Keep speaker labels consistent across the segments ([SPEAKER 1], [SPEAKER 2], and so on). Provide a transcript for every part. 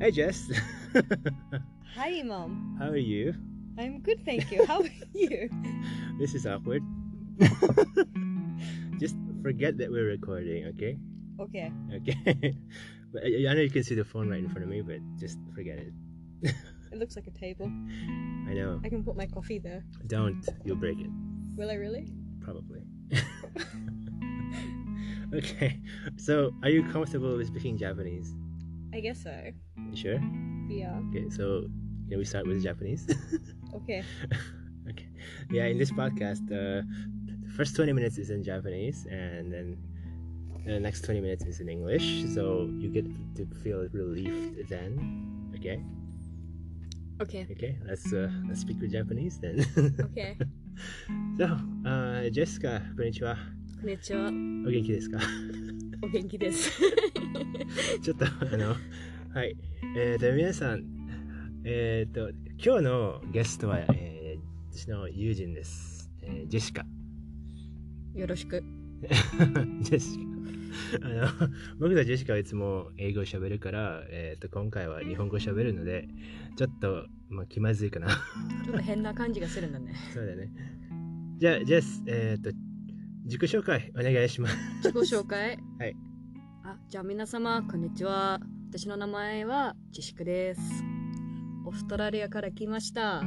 [SPEAKER 1] Hey, Jess.
[SPEAKER 2] Hi, Mom.
[SPEAKER 1] How are you?
[SPEAKER 2] I'm good, thank you. How are you?
[SPEAKER 1] This is awkward. Just forget that we're recording, okay?
[SPEAKER 2] Okay.
[SPEAKER 1] Okay. but uh, I, I know you can see the phone right in front of me, but just forget it.
[SPEAKER 2] It looks like a table.
[SPEAKER 1] I know.
[SPEAKER 2] I can put my coffee there.
[SPEAKER 1] Don't. You'll break it.
[SPEAKER 2] Will I really?
[SPEAKER 1] Probably. okay. So, are you comfortable with speaking Japanese?
[SPEAKER 2] I guess so.
[SPEAKER 1] You sure?
[SPEAKER 2] Yeah.
[SPEAKER 1] Okay, so can we start with Japanese?
[SPEAKER 2] Okay.
[SPEAKER 1] okay. Yeah, in this podcast, uh, the first 20 minutes is in Japanese and then the next 20 minutes is in English. So you get to feel relieved then. Okay?
[SPEAKER 2] Okay.
[SPEAKER 1] Okay. Let's uh, let's speak with Japanese then.
[SPEAKER 2] Okay.
[SPEAKER 1] so, uh, Jessica, konnichiwa.
[SPEAKER 2] こんにちは。
[SPEAKER 1] お元気です か
[SPEAKER 2] お元気です。
[SPEAKER 1] ちょっとあの、はい。えっ、と、皆さん、えっ、と、今日のゲストは、えー、私の友人です。えージェシカ。
[SPEAKER 2] よろしく。
[SPEAKER 1] ジェシカ。あの僕とジェシカはいつも英語を喋るから、えー、と今回は日本語を喋るのでちょっと、まあ、気まずいかな
[SPEAKER 2] ちょっと変な感じがするんだね。
[SPEAKER 1] そうだねじゃあジェスえっ、と自己紹介お願いします
[SPEAKER 2] 自己紹介。
[SPEAKER 1] はい。
[SPEAKER 2] あ、じゃあ皆様、こんにちは。私の名前はジェシクです。オーストラリアから来ました。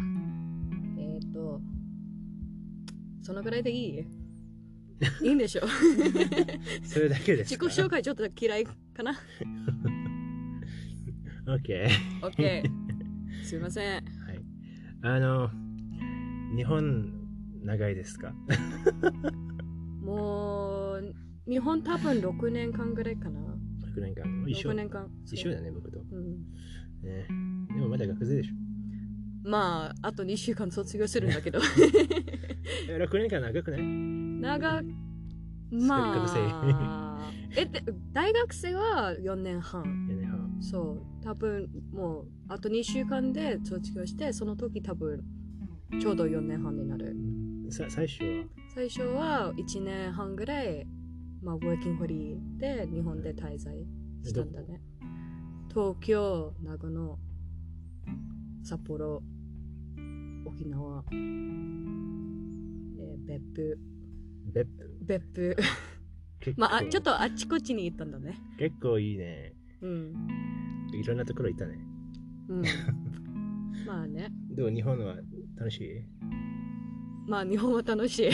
[SPEAKER 2] えっ、ー、と、そのぐらいでい いいいんでしょ
[SPEAKER 1] それだけです
[SPEAKER 2] 自己
[SPEAKER 1] か
[SPEAKER 2] 紹介ちょっと嫌いかな
[SPEAKER 1] OK、はい、
[SPEAKER 2] ?OK。すいません。
[SPEAKER 1] あの日本長いですか
[SPEAKER 2] もう、日本多分6年間ぐらいかな。
[SPEAKER 1] 6年間一緒
[SPEAKER 2] 6年間。
[SPEAKER 1] 一緒だね僕と、
[SPEAKER 2] うん。
[SPEAKER 1] ね、でもまだ学生でしょ
[SPEAKER 2] まあ、あと2週間卒業するん だけど。
[SPEAKER 1] え6年間長くない
[SPEAKER 2] 長まあえで大学生は4年半
[SPEAKER 1] いやね
[SPEAKER 2] そう多分もうあと2週間で卒業してその時多分ちょうど4年半になる
[SPEAKER 1] さ最初は
[SPEAKER 2] 最初は1年半ぐらいまあウォーキングホリーで日本で滞在したんだね東京長野札幌沖縄、えー別府
[SPEAKER 1] 別
[SPEAKER 2] 別府
[SPEAKER 1] 結構
[SPEAKER 2] まああ、ちょっとあっちこっちに行ったんだね。
[SPEAKER 1] 結構いいね
[SPEAKER 2] うん。
[SPEAKER 1] いろんなところ行ったね
[SPEAKER 2] うん、まあね。
[SPEAKER 1] どう日本は楽しい
[SPEAKER 2] まあ、日本は楽しい。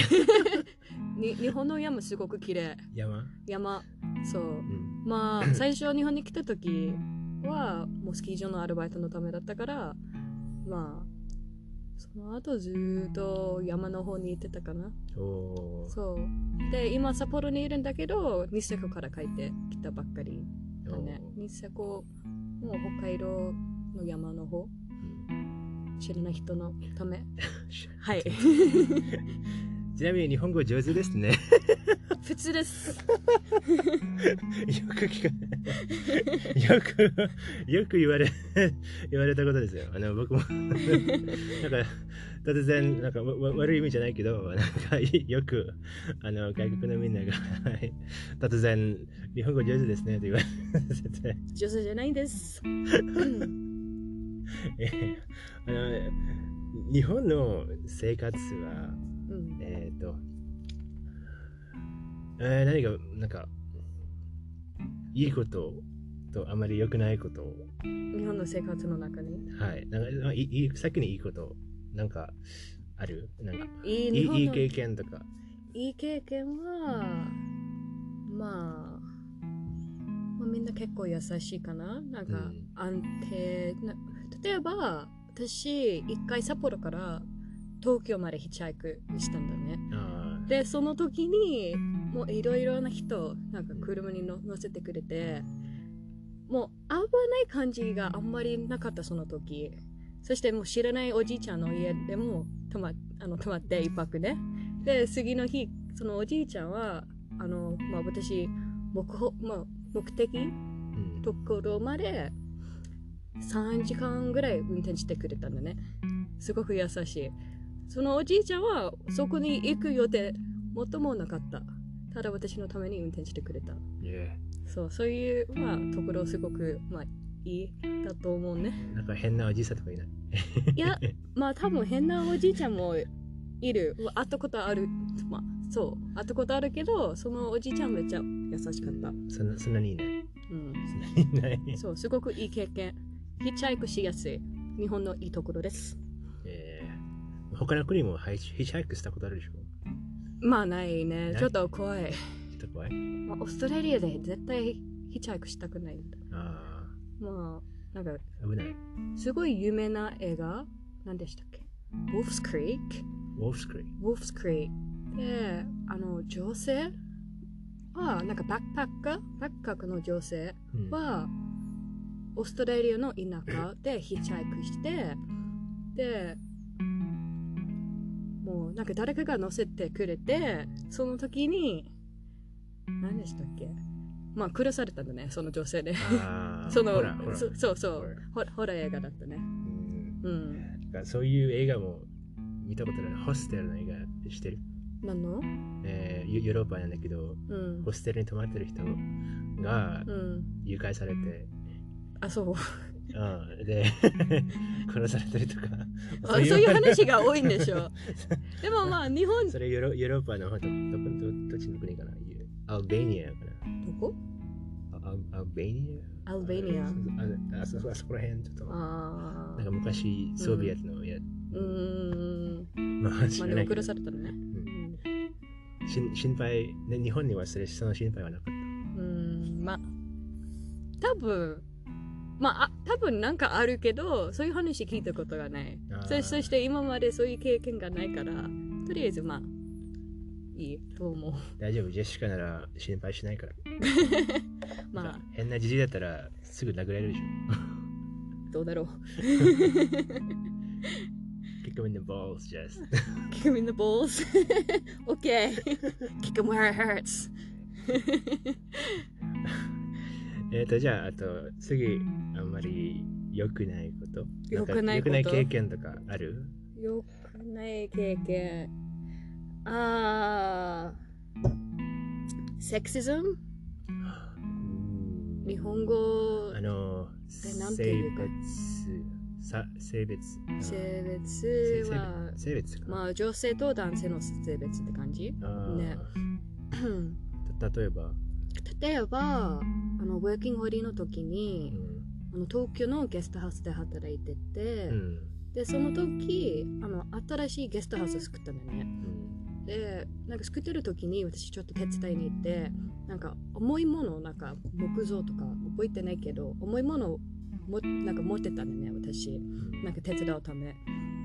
[SPEAKER 2] に日本の山すごく綺麗
[SPEAKER 1] 山
[SPEAKER 2] 山。そう
[SPEAKER 1] う。ん
[SPEAKER 2] まあ、最初日本に来た時は、もうスキー場のアルバイトのためだったから、まあ、その後ずーっと山の方に行ってたかな。
[SPEAKER 1] おー
[SPEAKER 2] そう。で、今札幌にいるんだけど、ニセコから帰ってきたばっかりだね。
[SPEAKER 1] おー
[SPEAKER 2] ニセコ、もう北海道の山の方。知らない人のため。はい
[SPEAKER 1] ちなみに日本語上手ですね よ
[SPEAKER 2] 普通です。
[SPEAKER 1] く聞か よくよく言われ 言われたことですよあの僕も なんか突然なんかわわ悪い意味じゃないけどなんかよくあの外国のみんながはい突然「日本語上手ですね」と言われて
[SPEAKER 2] 女性じゃないです。うん
[SPEAKER 1] えーあの日本の生活は
[SPEAKER 2] うん
[SPEAKER 1] えっ、と、えー何がなんかいいこととあまり良くないこと
[SPEAKER 2] 日本の生活の中に。
[SPEAKER 1] はいなんかいいい先にいいことなんかあるなんか
[SPEAKER 2] いい
[SPEAKER 1] い
[SPEAKER 2] 日
[SPEAKER 1] い
[SPEAKER 2] 本
[SPEAKER 1] いい
[SPEAKER 2] の
[SPEAKER 1] 経験とか
[SPEAKER 2] いい経験は、まあ、まあ、みんな結構優しいかな。なん
[SPEAKER 1] う
[SPEAKER 2] か
[SPEAKER 1] ん
[SPEAKER 2] 安定な。例えば、私、一回札幌から東京までヒッチハイクしたんだね。
[SPEAKER 1] あー
[SPEAKER 2] でその時にもういろいろな人なんか車にの乗せてくれてもう危ない感じがあんまりなかったその時そしてもう知らないおじいちゃんの家でも泊まあの泊まって一泊ねで次の日そのおじいちゃんはあの、まあ、私目,、まあ、目的
[SPEAKER 1] うん
[SPEAKER 2] ところまで3時間ぐらい運転してくれたんだねすごく優しいそのおじいちゃんはそこに行く予定もっともなかったただ私のために運転してくれた
[SPEAKER 1] いえ
[SPEAKER 2] そうそういう、まあ、ところすごく、まあ、いだと思うね
[SPEAKER 1] なんか変なおじいさんとかいない。
[SPEAKER 2] いやまあ多分変なおじいちゃんもいるうわ会ったことあるまあそう会ったことあるけどそのおじいちゃんめっちゃ優しかった、
[SPEAKER 1] そんな、そんなにいない。
[SPEAKER 2] うん、
[SPEAKER 1] そんなにいない。
[SPEAKER 2] そうすごくいい経験ヒッチハイクしやすい日本のいいところです
[SPEAKER 1] えー、他の国もハイチヒッチハイクしたことあるでしょ
[SPEAKER 2] まあないね
[SPEAKER 1] ない
[SPEAKER 2] ちょっと怖い、
[SPEAKER 1] ちょっと怖い。
[SPEAKER 2] まあ、オーストラリアで絶対ヒッチハイクしたくないんだ
[SPEAKER 1] あ
[SPEAKER 2] まあなんか
[SPEAKER 1] あ、危ない。
[SPEAKER 2] すごい有名な映画何でしたっけ Wolf's Creek?
[SPEAKER 1] ウォーフスクリーン。
[SPEAKER 2] Wolf's Creek であの女性はなんかバックパッカーバックパッカーの女性
[SPEAKER 1] うん
[SPEAKER 2] はオーストラリアの田舎でヒッチハイクしてでもうなんか誰かが乗せてくれてその時に何でしたっけまあ殺されたんだねその女性で
[SPEAKER 1] ああ、
[SPEAKER 2] その
[SPEAKER 1] ほら、ほら。
[SPEAKER 2] そそうそ
[SPEAKER 1] ほら
[SPEAKER 2] うホラホラー映画だったね
[SPEAKER 1] うん
[SPEAKER 2] うん
[SPEAKER 1] なんかそういう映画も見たことない。ホステルの映画してる。
[SPEAKER 2] 何の
[SPEAKER 1] えー、ヨヨーロッパなんだけど、
[SPEAKER 2] うん
[SPEAKER 1] ホステルに泊まってる人が
[SPEAKER 2] うん
[SPEAKER 1] 誘拐されて、
[SPEAKER 2] あ そう
[SPEAKER 1] うん、で、 殺されたりとか。
[SPEAKER 2] あそういう話が多いんでし ょでもまあ日本ど
[SPEAKER 1] それヨーロヨーロッパのどどどどっちの国かなアルベニアか
[SPEAKER 2] こ
[SPEAKER 1] なアルアルベニア
[SPEAKER 2] アルベニア
[SPEAKER 1] ああそあそこら辺ちょっとな
[SPEAKER 2] あ
[SPEAKER 1] んか
[SPEAKER 2] あ
[SPEAKER 1] 昔ソビエトのや、
[SPEAKER 2] うーん
[SPEAKER 1] まあ知
[SPEAKER 2] まあ
[SPEAKER 1] ら
[SPEAKER 2] で
[SPEAKER 1] な
[SPEAKER 2] も
[SPEAKER 1] いけ
[SPEAKER 2] 殺
[SPEAKER 1] ど、
[SPEAKER 2] されたのねうん
[SPEAKER 1] うん、しん心配、ね、日本にはそれその心配はなかっ
[SPEAKER 2] うーんまあ多分まああ多分なんかあるけどそういう話聞いたことがない
[SPEAKER 1] たあー
[SPEAKER 2] そそして今までそういう経験がないからとりあえずまあいいと思う
[SPEAKER 1] 大丈夫ジェシカなら心配しないからなん
[SPEAKER 2] まあ
[SPEAKER 1] か変なじじいだったらすぐ殴られるでしょ
[SPEAKER 2] どうだ ろう
[SPEAKER 1] Kick him in the balls just
[SPEAKER 2] Kick him in the balls OK Kick him where it hurts
[SPEAKER 1] えっとじゃああと次あんまり良くないことんか
[SPEAKER 2] 良くないこと
[SPEAKER 1] 良くない経験とかある
[SPEAKER 2] よくない経験あーセクシズム日本語
[SPEAKER 1] あの
[SPEAKER 2] えなんてい
[SPEAKER 1] 性
[SPEAKER 2] うか
[SPEAKER 1] 別さ性別
[SPEAKER 2] 性
[SPEAKER 1] 性
[SPEAKER 2] 別は
[SPEAKER 1] 別性別か、
[SPEAKER 2] まあ女性と男性の性別って感じ
[SPEAKER 1] あー
[SPEAKER 2] ね
[SPEAKER 1] た例えば、
[SPEAKER 2] 例えばあのワーキングホリーの時
[SPEAKER 1] う
[SPEAKER 2] に
[SPEAKER 1] ん
[SPEAKER 2] あの東京のゲストハウスで働いてて、
[SPEAKER 1] うん
[SPEAKER 2] でその時あの新しいゲストハウスを作ったんだよね
[SPEAKER 1] うん
[SPEAKER 2] でなんか作ってる時に私ちょっと手伝いに行ってなんか重いものなんか木造とか覚えてないけど重いものをもなんか持ってたんだよね私
[SPEAKER 1] うん
[SPEAKER 2] なんか手伝うため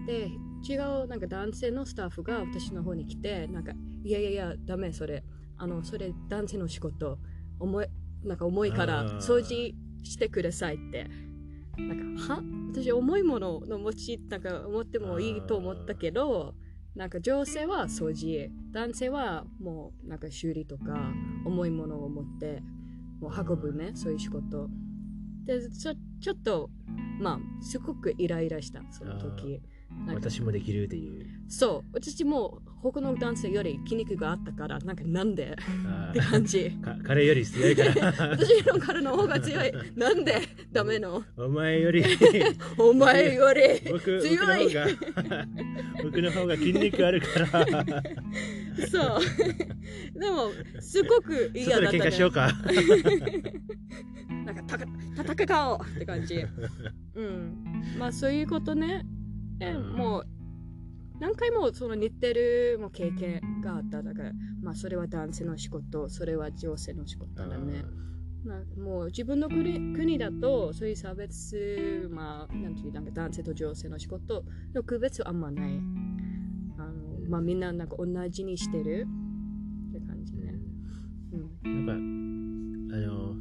[SPEAKER 2] で違うなんか男性のスタッフが私の方に来てなんかいやいやいやダメそれあのそれ男性の仕事重いなんか重いか
[SPEAKER 1] あ
[SPEAKER 2] ら
[SPEAKER 1] ー
[SPEAKER 2] 掃除してくださいってなんかは私重いものの持ちなんか持ってもいいと思ったけどなんか女性は掃除男性はもうなんか修理とか重いものを持ってもう運ぶねそういう仕事でちょちょっとまあすごくイライラしたその時なんか
[SPEAKER 1] 私もできるっていう
[SPEAKER 2] そう私も他の男性より筋肉があったからなんかなん で
[SPEAKER 1] あ
[SPEAKER 2] って感
[SPEAKER 1] ー
[SPEAKER 2] じ
[SPEAKER 1] か彼より強いから
[SPEAKER 2] 私の体の方が強いなんでダメの
[SPEAKER 1] お前 より
[SPEAKER 2] お前より
[SPEAKER 1] 僕
[SPEAKER 2] 強い
[SPEAKER 1] 僕の方が 僕の方が筋肉あるから
[SPEAKER 2] そう でもすごく嫌
[SPEAKER 1] 外で
[SPEAKER 2] だ
[SPEAKER 1] 喧嘩
[SPEAKER 2] った、ね
[SPEAKER 1] しよう、か
[SPEAKER 2] なんかたか戦おうって 感じうん、まあそういうことね、え
[SPEAKER 1] うん
[SPEAKER 2] もう何回もその似てるもう経験があっただからまあそれは男性の仕事それは女性の仕事だね、まあ、もう自分の国国だとそういう差別まあなんていうなんか男性と女性の仕事の区別はあんまないあのまあみんななんか同じにしてるって感じね、
[SPEAKER 1] う
[SPEAKER 2] うん、
[SPEAKER 1] んなんかあの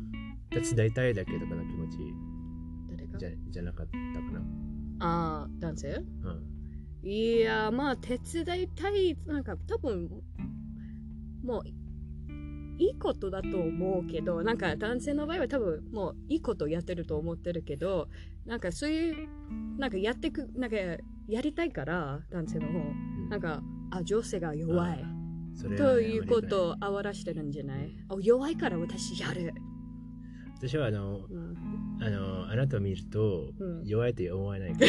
[SPEAKER 1] 手伝いたいだけとかの気持ち
[SPEAKER 2] 誰か
[SPEAKER 1] じゃじゃなかったかな
[SPEAKER 2] ああ男性
[SPEAKER 1] うん
[SPEAKER 2] いやーまあ手伝いたいなんか多分もういいことだと思うけどなんか男性の場合は多分もういいことやってると思ってるけどなんかそういうなんかやってくなんかやりたいから男性の方
[SPEAKER 1] うん
[SPEAKER 2] なんかあ女性が弱い
[SPEAKER 1] あそれはね
[SPEAKER 2] というこ
[SPEAKER 1] あんま
[SPEAKER 2] とを表してるんじゃないあ弱いから私やる
[SPEAKER 1] 私はあの
[SPEAKER 2] うん、
[SPEAKER 1] あのあなたを見ると
[SPEAKER 2] うん
[SPEAKER 1] 弱いと思わないか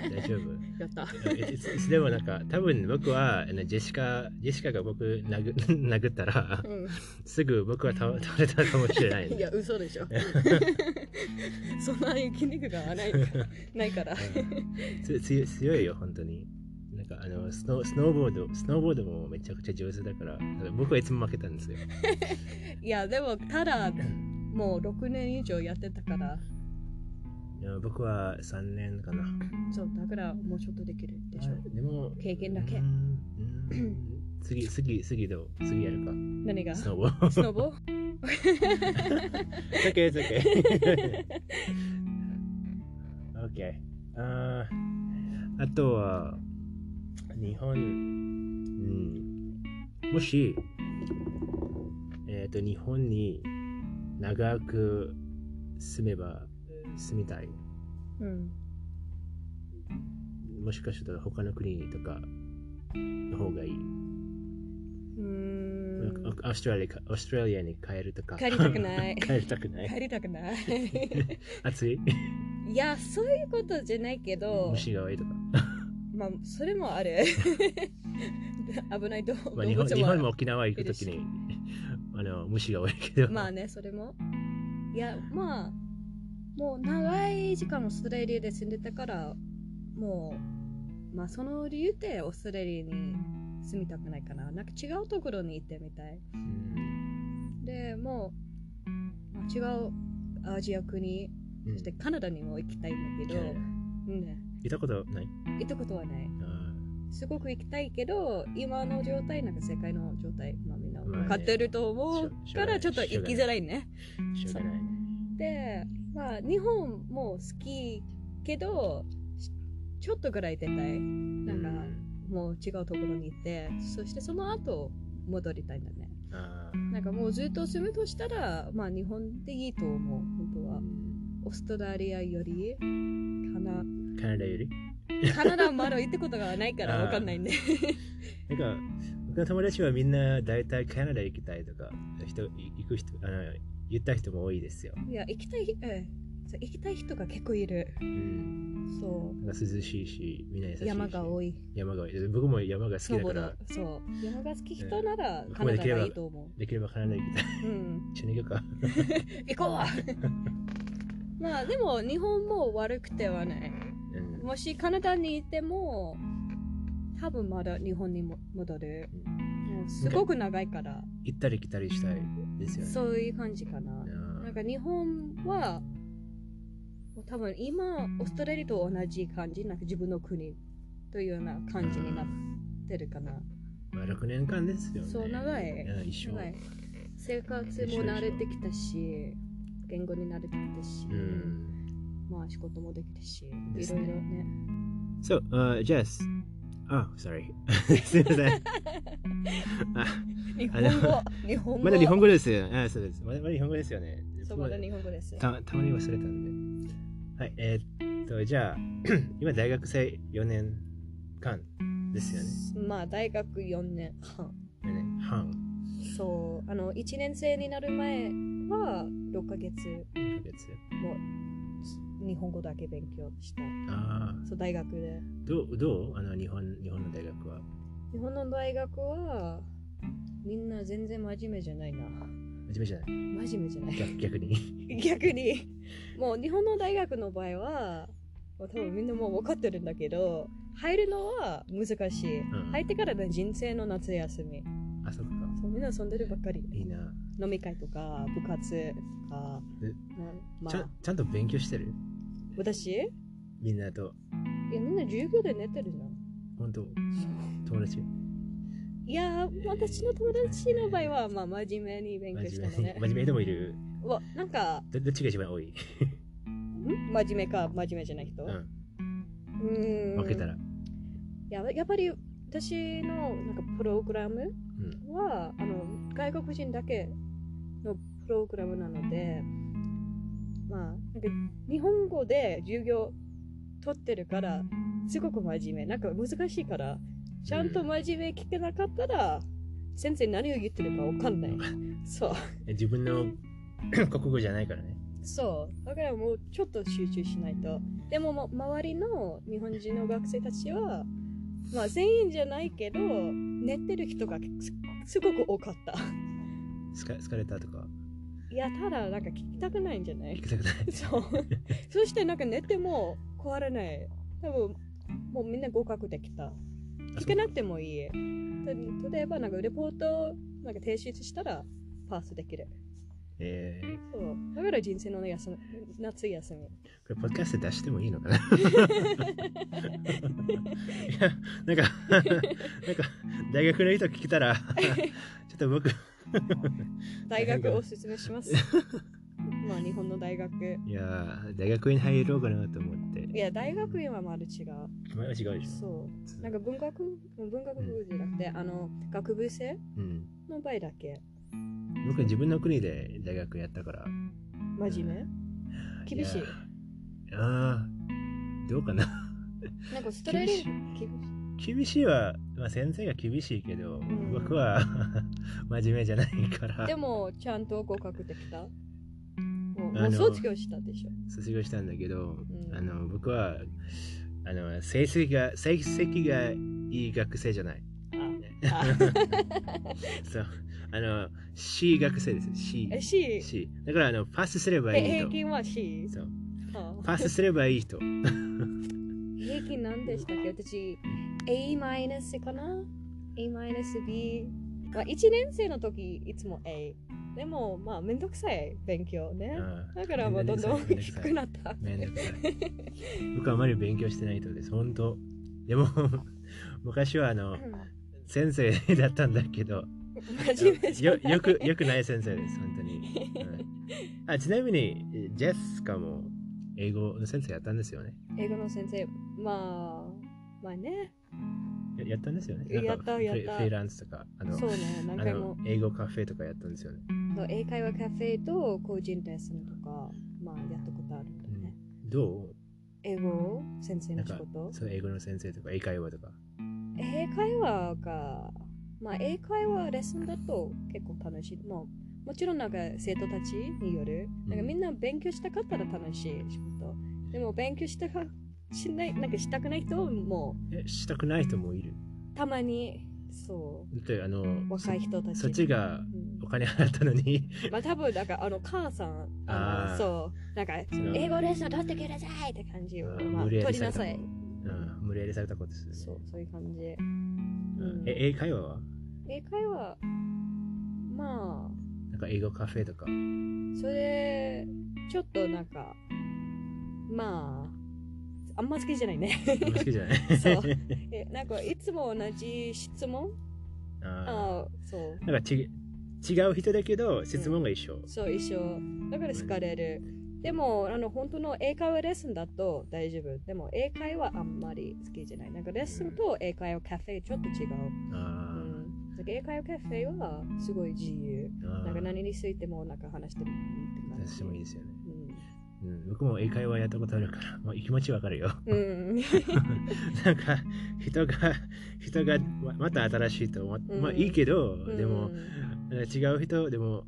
[SPEAKER 1] ら 大丈夫
[SPEAKER 2] やった。
[SPEAKER 1] えいついつでもなんか多分僕はあのジェシカジェシカが僕殴 殴ったら
[SPEAKER 2] うん、
[SPEAKER 1] すぐ僕は倒倒れたかもしれないね
[SPEAKER 2] いや、嘘でしょ。 そんな筋肉がないないから。
[SPEAKER 1] うん つ強い強いよ本当になんかあのスノースノーボードスノーボードもめちゃくちゃ上手だからなんか僕はいつも負けたん ですよ
[SPEAKER 2] いや、でも、ただ、もう6年以上やってたから、
[SPEAKER 1] いや僕は3年かな
[SPEAKER 2] そう、だからもうちょっとできるでしょ。
[SPEAKER 1] でも
[SPEAKER 2] 経験だけ
[SPEAKER 1] うんうん次次次どう次やるか
[SPEAKER 2] 何が
[SPEAKER 1] ス
[SPEAKER 2] ス
[SPEAKER 1] ノーボード
[SPEAKER 2] ノ ボ
[SPEAKER 1] okay, it's okay. okay. あーあとは、日本、うん、もし、えっ、と、日本に長く住めば住みたい。
[SPEAKER 2] うん。
[SPEAKER 1] もしかしたら他の国とかの方がいい。
[SPEAKER 2] うーん。
[SPEAKER 1] オーストラリアかオーストラリアに帰るとか。
[SPEAKER 2] 帰りたくな い
[SPEAKER 1] 帰りたくない。
[SPEAKER 2] 帰りたくない。
[SPEAKER 1] 暑い
[SPEAKER 2] いや、そういうことじゃないけど、
[SPEAKER 1] 虫が多いとか。
[SPEAKER 2] まあ、それもある。 危ないと。
[SPEAKER 1] まあ、日本日
[SPEAKER 2] 動物あ
[SPEAKER 1] 本
[SPEAKER 2] る
[SPEAKER 1] も沖縄行くときにあの虫が多い けど、
[SPEAKER 2] まあね、それも。いや、まあ、もう長い時間オーストラリアで住んでたから、もう、まあその理由でオーストラリアに住みたくないかな。なんか違うところに行ってみたい。
[SPEAKER 1] うん
[SPEAKER 2] で、もう、まあ、違うアジア国、そしてカナダにも行きたいんだけど、
[SPEAKER 1] いやいや
[SPEAKER 2] うんね、
[SPEAKER 1] いたことない
[SPEAKER 2] 行ったことはない。
[SPEAKER 1] あ
[SPEAKER 2] すごく行きたいけど、今の状態、なんか世界の状態、まあみんな
[SPEAKER 1] まあね
[SPEAKER 2] 分かってると思う
[SPEAKER 1] しょ
[SPEAKER 2] から、ちょっと
[SPEAKER 1] しょう
[SPEAKER 2] 行
[SPEAKER 1] がない
[SPEAKER 2] きづらいね。
[SPEAKER 1] ーしょうがない
[SPEAKER 2] で、まあ、日本も好きけど、しちょっとぐらい出たい。な
[SPEAKER 1] うん
[SPEAKER 2] か、もう違うところに行って、そしてその後、戻りたいんだね。
[SPEAKER 1] んあ
[SPEAKER 2] なんかもうずっと住むとしたら、まあ日本でいいと思う、本当は。オーストラリアより、か な、
[SPEAKER 1] ーカナダより
[SPEAKER 2] カナダはまだ行ったことがないから
[SPEAKER 1] あー
[SPEAKER 2] わかん ないね。
[SPEAKER 1] なんか僕の友達はみんな大体カナダ行きたいとか人い行く人あの言った人も多いですよ、
[SPEAKER 2] いや、行きたい、ええそう行きたい人が結構いる。
[SPEAKER 1] うん、
[SPEAKER 2] そ。
[SPEAKER 1] なんか涼しいしみんな優しいうし
[SPEAKER 2] 山が多い。
[SPEAKER 1] 山が多い僕も山が好き
[SPEAKER 2] スノ
[SPEAKER 1] だ
[SPEAKER 2] ボ
[SPEAKER 1] か
[SPEAKER 2] だ
[SPEAKER 1] ら。
[SPEAKER 2] そう。山が好き人なら、
[SPEAKER 1] うん
[SPEAKER 2] カナダがいいと思。
[SPEAKER 1] できればカナダ行きたいう
[SPEAKER 2] うん。
[SPEAKER 1] 一緒に行こうか
[SPEAKER 2] 行こうまあでも日本も悪くてはない
[SPEAKER 1] うん
[SPEAKER 2] もしカナダにいても多分まだ日本にも戻るもうすごく長いから
[SPEAKER 1] 行ったり来たりしたいですよね
[SPEAKER 2] そういう感じかな
[SPEAKER 1] うん
[SPEAKER 2] なんか日本はもう多分今オーストラリアと同じ感じなんか自分の国というような感じになってるかな
[SPEAKER 1] まあ、6年間ですよね。
[SPEAKER 2] そう長い
[SPEAKER 1] うん一生。
[SPEAKER 2] 長い生活も慣れてきたし言語に慣れてきたし、
[SPEAKER 1] うん。
[SPEAKER 2] まあ仕事もできたし、
[SPEAKER 1] で
[SPEAKER 2] い
[SPEAKER 1] す
[SPEAKER 2] ろい
[SPEAKER 1] ね
[SPEAKER 2] ろね。
[SPEAKER 1] So, uh, Jess. Oh, sorry. すいま せん。あ
[SPEAKER 2] 日
[SPEAKER 1] あで
[SPEAKER 2] 本語
[SPEAKER 1] も、
[SPEAKER 2] 日本語。
[SPEAKER 1] まだ日本語ですよ。あそうです。まだまだ日本語ですよね。
[SPEAKER 2] そう、まだ日本語です。
[SPEAKER 1] たたまに忘れたんで。はい、えーっと、じゃあ、 今大学生4年間ですよね。
[SPEAKER 2] まあ大学4年半。
[SPEAKER 1] 4年半、
[SPEAKER 2] そう、あの、1年生になる前は6ヶ月
[SPEAKER 1] 1ヶ月。
[SPEAKER 2] もう日本語だけ勉強した。
[SPEAKER 1] ああ、
[SPEAKER 2] そう、大学で。
[SPEAKER 1] どう、どうあの、日本、日本の大学は。
[SPEAKER 2] 日本の大学は、みんな全然真面目じゃないな。
[SPEAKER 1] 真面目じゃない。
[SPEAKER 2] 真面目じゃない。
[SPEAKER 1] 逆逆に。
[SPEAKER 2] 逆にもう日本の大学の場合はもう多分みんなもう分かってるんだけど入るのは難しい、
[SPEAKER 1] ん
[SPEAKER 2] 入ってからの人生の夏休み
[SPEAKER 1] あ、そっか。
[SPEAKER 2] そうみんな遊んでるばっかり
[SPEAKER 1] いいな。
[SPEAKER 2] 飲み会とか部活とか
[SPEAKER 1] え
[SPEAKER 2] ま
[SPEAKER 1] ちゃ
[SPEAKER 2] あ
[SPEAKER 1] んちゃんと勉強してる
[SPEAKER 2] 私いや
[SPEAKER 1] みんなと、
[SPEAKER 2] みんな授業で寝てるじゃん
[SPEAKER 1] 本当友達
[SPEAKER 2] いやー私の友達の場合はまあ真面目に勉強し
[SPEAKER 1] 真
[SPEAKER 2] た
[SPEAKER 1] 面
[SPEAKER 2] の
[SPEAKER 1] 目
[SPEAKER 2] ね
[SPEAKER 1] に真面目でもいる
[SPEAKER 2] わなんか
[SPEAKER 1] どどっちが一番多い、
[SPEAKER 2] ん真面目か真面目じゃない人
[SPEAKER 1] うん、
[SPEAKER 2] うん
[SPEAKER 1] 負けたら、
[SPEAKER 2] ややっぱり私のなんかプログラム
[SPEAKER 1] うん
[SPEAKER 2] はあの外国人だけのプログラムなので、まあ、なんか日本語で授業取ってるからすごく真面目なんか難しいからちゃんと真面目聞けなかったら、先生何を言ってるかわかんない
[SPEAKER 1] わか
[SPEAKER 2] そう
[SPEAKER 1] え自分の 国語じゃないからね。
[SPEAKER 2] そうだからもうちょっと集中しないとでももう周りの日本人の学生たちはまあ全員じゃないけど寝てる人がすすごく多かった
[SPEAKER 1] 疲れ疲れたとか、
[SPEAKER 2] いやただなんか聞きたくないんじゃない
[SPEAKER 1] 行きたくない。
[SPEAKER 2] そう。そしてなんか寝ても壊れない。多分もうみんな合格できた。聞けなくてもいい。た例えばなんかレポートなんか提出したらパスできる。
[SPEAKER 1] えー、
[SPEAKER 2] そう。だから人生の休み夏休み。
[SPEAKER 1] これ、ポッドキャストで出してもいいのか ないや、なんか、 なんか、大学の人聞けた ら、ちょっと僕、
[SPEAKER 2] 大学おすすめし ます。まあ日本の大学。
[SPEAKER 1] いやー、大学院入ろうかなと思って。
[SPEAKER 2] いや大学院はまだ違う。
[SPEAKER 1] まあ、違うでしょ。
[SPEAKER 2] そう。なんか文学文学部じゃなくて、あの学部生
[SPEAKER 1] うん。
[SPEAKER 2] の場合だけ
[SPEAKER 1] 僕、自分の国で大学やったから。
[SPEAKER 2] 真面目厳しい
[SPEAKER 1] や。ー。あー、どうかな。
[SPEAKER 2] なんかストレート厳しい。
[SPEAKER 1] 厳しいは、まあ、先生が厳しいけど、
[SPEAKER 2] ん
[SPEAKER 1] 僕は 真面目じゃないから
[SPEAKER 2] で、もちゃんと合格できたもうも
[SPEAKER 1] あの
[SPEAKER 2] う卒業したでしょ、
[SPEAKER 1] 卒業したんだけど、
[SPEAKER 2] うん
[SPEAKER 1] あの僕はあの成績が成績がいい学生じゃない。
[SPEAKER 2] あ
[SPEAKER 1] そうあの C 学生です。C
[SPEAKER 2] え C
[SPEAKER 1] C だからあのパスすれば
[SPEAKER 2] え
[SPEAKER 1] いい
[SPEAKER 2] 平
[SPEAKER 1] 人。
[SPEAKER 2] 均は C
[SPEAKER 1] そう
[SPEAKER 2] ああ
[SPEAKER 1] パスすればいい人。
[SPEAKER 2] 平均何でしたっけ私 A マイナスかな A マイナス B まあ、1年生の時いつも A でもまあめんどくさい勉強ね
[SPEAKER 1] あ
[SPEAKER 2] だからもうどんどん
[SPEAKER 1] めんどくさ
[SPEAKER 2] 低
[SPEAKER 1] い
[SPEAKER 2] くなった
[SPEAKER 1] めんどくさい。僕はあまり勉強してない人です。本当。でも 昔はあの
[SPEAKER 2] うん
[SPEAKER 1] 先生だったんだけど。
[SPEAKER 2] 真面目じゃ
[SPEAKER 1] よ
[SPEAKER 2] ない
[SPEAKER 1] よくよくない先生です本当に、うんあちなみにえジェスカも英語の先生やったんですよね
[SPEAKER 2] 英語の先生まあまあね
[SPEAKER 1] ややったんですよね
[SPEAKER 2] や
[SPEAKER 1] なんか
[SPEAKER 2] ったやった
[SPEAKER 1] フリフリーランスとかあの
[SPEAKER 2] そうね何
[SPEAKER 1] あ
[SPEAKER 2] 回も
[SPEAKER 1] の英語カフェとかやったんですよね
[SPEAKER 2] そう英会話カフェと個人レッスンとか、まあ、やったことあるんだね。
[SPEAKER 1] どう
[SPEAKER 2] 英語先生の仕
[SPEAKER 1] な
[SPEAKER 2] 事
[SPEAKER 1] そう英語の先生とか英会話とか
[SPEAKER 2] 英会話が、まあ、英会話レッスンだと結構楽しい。もうもちろんなんか生徒たちによる。なんかみんな勉強したかったら楽しい仕事。でも勉強したかしない、なんかしたくない人も
[SPEAKER 1] えしたくない人もいる
[SPEAKER 2] たまに、そ
[SPEAKER 1] だってあの
[SPEAKER 2] う、若い人たち。
[SPEAKER 1] そっちが
[SPEAKER 2] うん
[SPEAKER 1] お金払ったのに
[SPEAKER 2] まあ多分なんかあの母さんあの
[SPEAKER 1] あー
[SPEAKER 2] そうなんか
[SPEAKER 1] その
[SPEAKER 2] 英語レッスン取ってくださいって感じを、
[SPEAKER 1] うん
[SPEAKER 2] まあ、
[SPEAKER 1] 無理や
[SPEAKER 2] 取
[SPEAKER 1] り
[SPEAKER 2] り
[SPEAKER 1] さ
[SPEAKER 2] な
[SPEAKER 1] れた
[SPEAKER 2] さい
[SPEAKER 1] うん無理やりされたことですよね
[SPEAKER 2] そうそういう感じ
[SPEAKER 1] うん
[SPEAKER 2] うん
[SPEAKER 1] え英会話は
[SPEAKER 2] 英会話まあ
[SPEAKER 1] なんか英語カフェとか
[SPEAKER 2] それちょっとなんかまああんま好きじゃないね
[SPEAKER 1] あんま好きじゃない
[SPEAKER 2] そうえなんかいつも同じ質問
[SPEAKER 1] あ
[SPEAKER 2] ああそう
[SPEAKER 1] ーなんかち違う人だけど質問が一緒、
[SPEAKER 2] そう一緒だから好かれるでもあの本当の英会話レッスンだと大丈夫でも英会話あんまり好きじゃないなんかレッスンと英会話カフェちょっと違う、う
[SPEAKER 1] あ
[SPEAKER 2] ん、だから英会話カフェはすごい自由
[SPEAKER 1] ーあー
[SPEAKER 2] なんか何についてもなんか話してもいいって感
[SPEAKER 1] 私
[SPEAKER 2] じ
[SPEAKER 1] もいいですよね、
[SPEAKER 2] う
[SPEAKER 1] うん、僕も英会話やったことあるから、 まあ、気持ちわかるよ
[SPEAKER 2] ん、うん、
[SPEAKER 1] なんか人が人がままた新しいと思って、まあ
[SPEAKER 2] うん
[SPEAKER 1] いいけど、で
[SPEAKER 2] う
[SPEAKER 1] も
[SPEAKER 2] ん
[SPEAKER 1] なんか違う人でも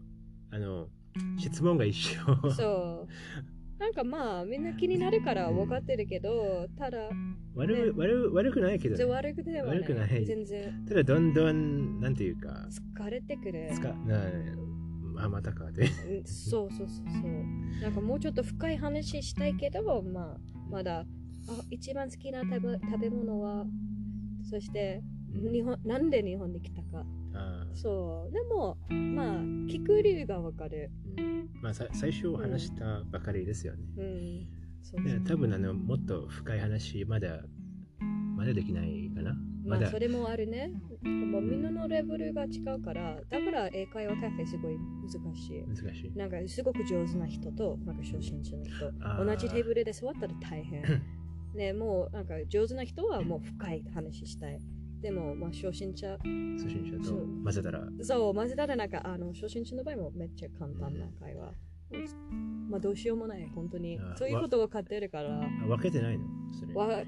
[SPEAKER 1] あの質問が一緒
[SPEAKER 2] そうなんかまあみんな気になるから分かってるけどただ
[SPEAKER 1] 悪く悪く悪くないけ
[SPEAKER 2] 全然
[SPEAKER 1] ど、ね、
[SPEAKER 2] 悪くでは
[SPEAKER 1] 悪くない
[SPEAKER 2] 全然
[SPEAKER 1] ただどんどんなんていうか
[SPEAKER 2] 疲れてくる
[SPEAKER 1] つかなあまたかという
[SPEAKER 2] うんそうそうそうそうなんかもうちょっと深い話したいけどまあまだあ一番好きな食べ食べ物はそして
[SPEAKER 1] うん
[SPEAKER 2] 日本なんで日本に来たか
[SPEAKER 1] あー
[SPEAKER 2] そうでもまあ聞く理由がわかる
[SPEAKER 1] うんまあ、さ最初話したばかりですよね。
[SPEAKER 2] うんそう
[SPEAKER 1] い
[SPEAKER 2] そ
[SPEAKER 1] や
[SPEAKER 2] う
[SPEAKER 1] 多分あのもっと深い話まだまだできないかな。ま
[SPEAKER 2] ま
[SPEAKER 1] だ
[SPEAKER 2] あそれもあるねもうみんなのレベルが違うからだから英会話カフェすごい難しい
[SPEAKER 1] 難しい。
[SPEAKER 2] なんかすごく上手な人となんか初心者の人
[SPEAKER 1] あー
[SPEAKER 2] 同じテーブルで座ったら大 変ねもうなんか上手な人はもう深い話したいでもまあ初心者
[SPEAKER 1] 初心者
[SPEAKER 2] そ
[SPEAKER 1] と
[SPEAKER 2] う
[SPEAKER 1] 混ぜたら、
[SPEAKER 2] そう混ぜたらなんかあの初心者の場合もめっちゃ簡単な会話まあどうしようもない本当に
[SPEAKER 1] あー
[SPEAKER 2] そういうことを買ってるから
[SPEAKER 1] あ分けてないのそれ
[SPEAKER 2] わ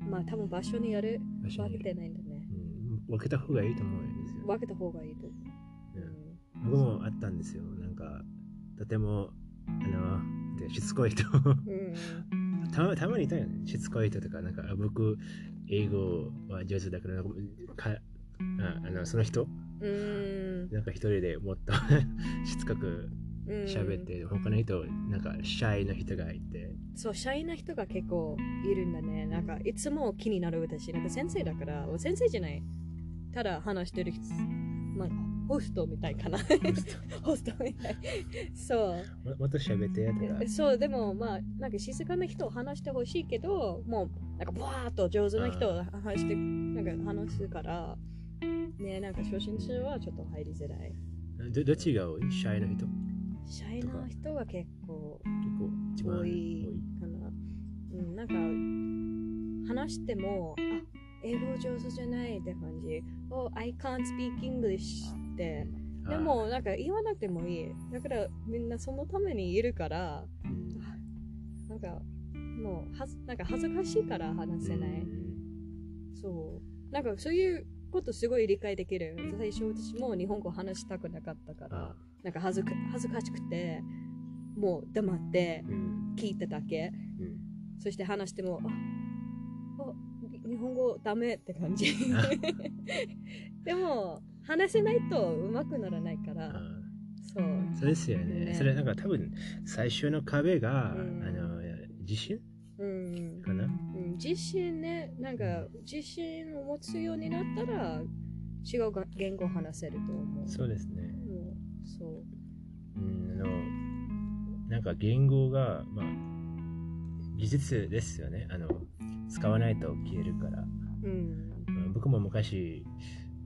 [SPEAKER 2] まあ多分場所にやる
[SPEAKER 1] 場所
[SPEAKER 2] 分
[SPEAKER 1] に
[SPEAKER 2] けてないんだね
[SPEAKER 1] うん分けた方がいいと思うんですよ。
[SPEAKER 2] 分けた方がいいと思う、
[SPEAKER 1] う
[SPEAKER 2] うんん
[SPEAKER 1] 僕もあったんですよ。なんかとてもあのでしつこい人
[SPEAKER 2] うん
[SPEAKER 1] たまたまにいたよねしつこい人とかなんかあ僕英語は上手だからなんかかああのその人
[SPEAKER 2] うん
[SPEAKER 1] なんか一人でもっと しつこく
[SPEAKER 2] うん
[SPEAKER 1] 喋って、他の人なんかシャイな人がいて
[SPEAKER 2] そうシャイな人が結構いるんだねなんかいつも気になる私なんか先生だからお先生じゃないただ話してる人まあホストみたいかなホストみたいそう
[SPEAKER 1] ももっと喋ってやとか
[SPEAKER 2] えそうでもまあなんか静かな人を話してほしいけどもうなんかバーッと上手な人を話してなんか話すからねなんか初心者はちょっと入りづらい
[SPEAKER 1] どどっちが多いシャイな人結
[SPEAKER 2] シャイな人が結構
[SPEAKER 1] 構一番
[SPEAKER 2] 多いかな、うん、なんか話してもあ英語上手じゃないって感じ Oh, I can't speak English って
[SPEAKER 1] あー
[SPEAKER 2] でもなんか言わなくてもいいだからみんなそのためにいるから
[SPEAKER 1] うん
[SPEAKER 2] なんかもうはずなんか恥ずかしいから話せない、
[SPEAKER 1] うん
[SPEAKER 2] そうなんかそういうことすごい理解できる最初私も日本語話したくなかったから
[SPEAKER 1] あ
[SPEAKER 2] なんか恥ずか恥ずかしくてもう黙って
[SPEAKER 1] うん
[SPEAKER 2] 聞いただけ
[SPEAKER 1] うん
[SPEAKER 2] そして話してもああに日本語ダメって感 じでも話せないと上手くならないか
[SPEAKER 1] あ
[SPEAKER 2] ら
[SPEAKER 1] ー
[SPEAKER 2] そう
[SPEAKER 1] そうですよね。
[SPEAKER 2] ね
[SPEAKER 1] それなんか多分最初の壁が、
[SPEAKER 2] うん
[SPEAKER 1] あの自信
[SPEAKER 2] うん
[SPEAKER 1] かな。
[SPEAKER 2] うん自信ねなんか自信を持つようになったら違うが言語を話せると思う
[SPEAKER 1] そうですね。
[SPEAKER 2] もうそ
[SPEAKER 1] う
[SPEAKER 2] う
[SPEAKER 1] ん、あのなんか言語がまあ技術ですよね。あの使わないと消えるから。
[SPEAKER 2] うん
[SPEAKER 1] うん僕も昔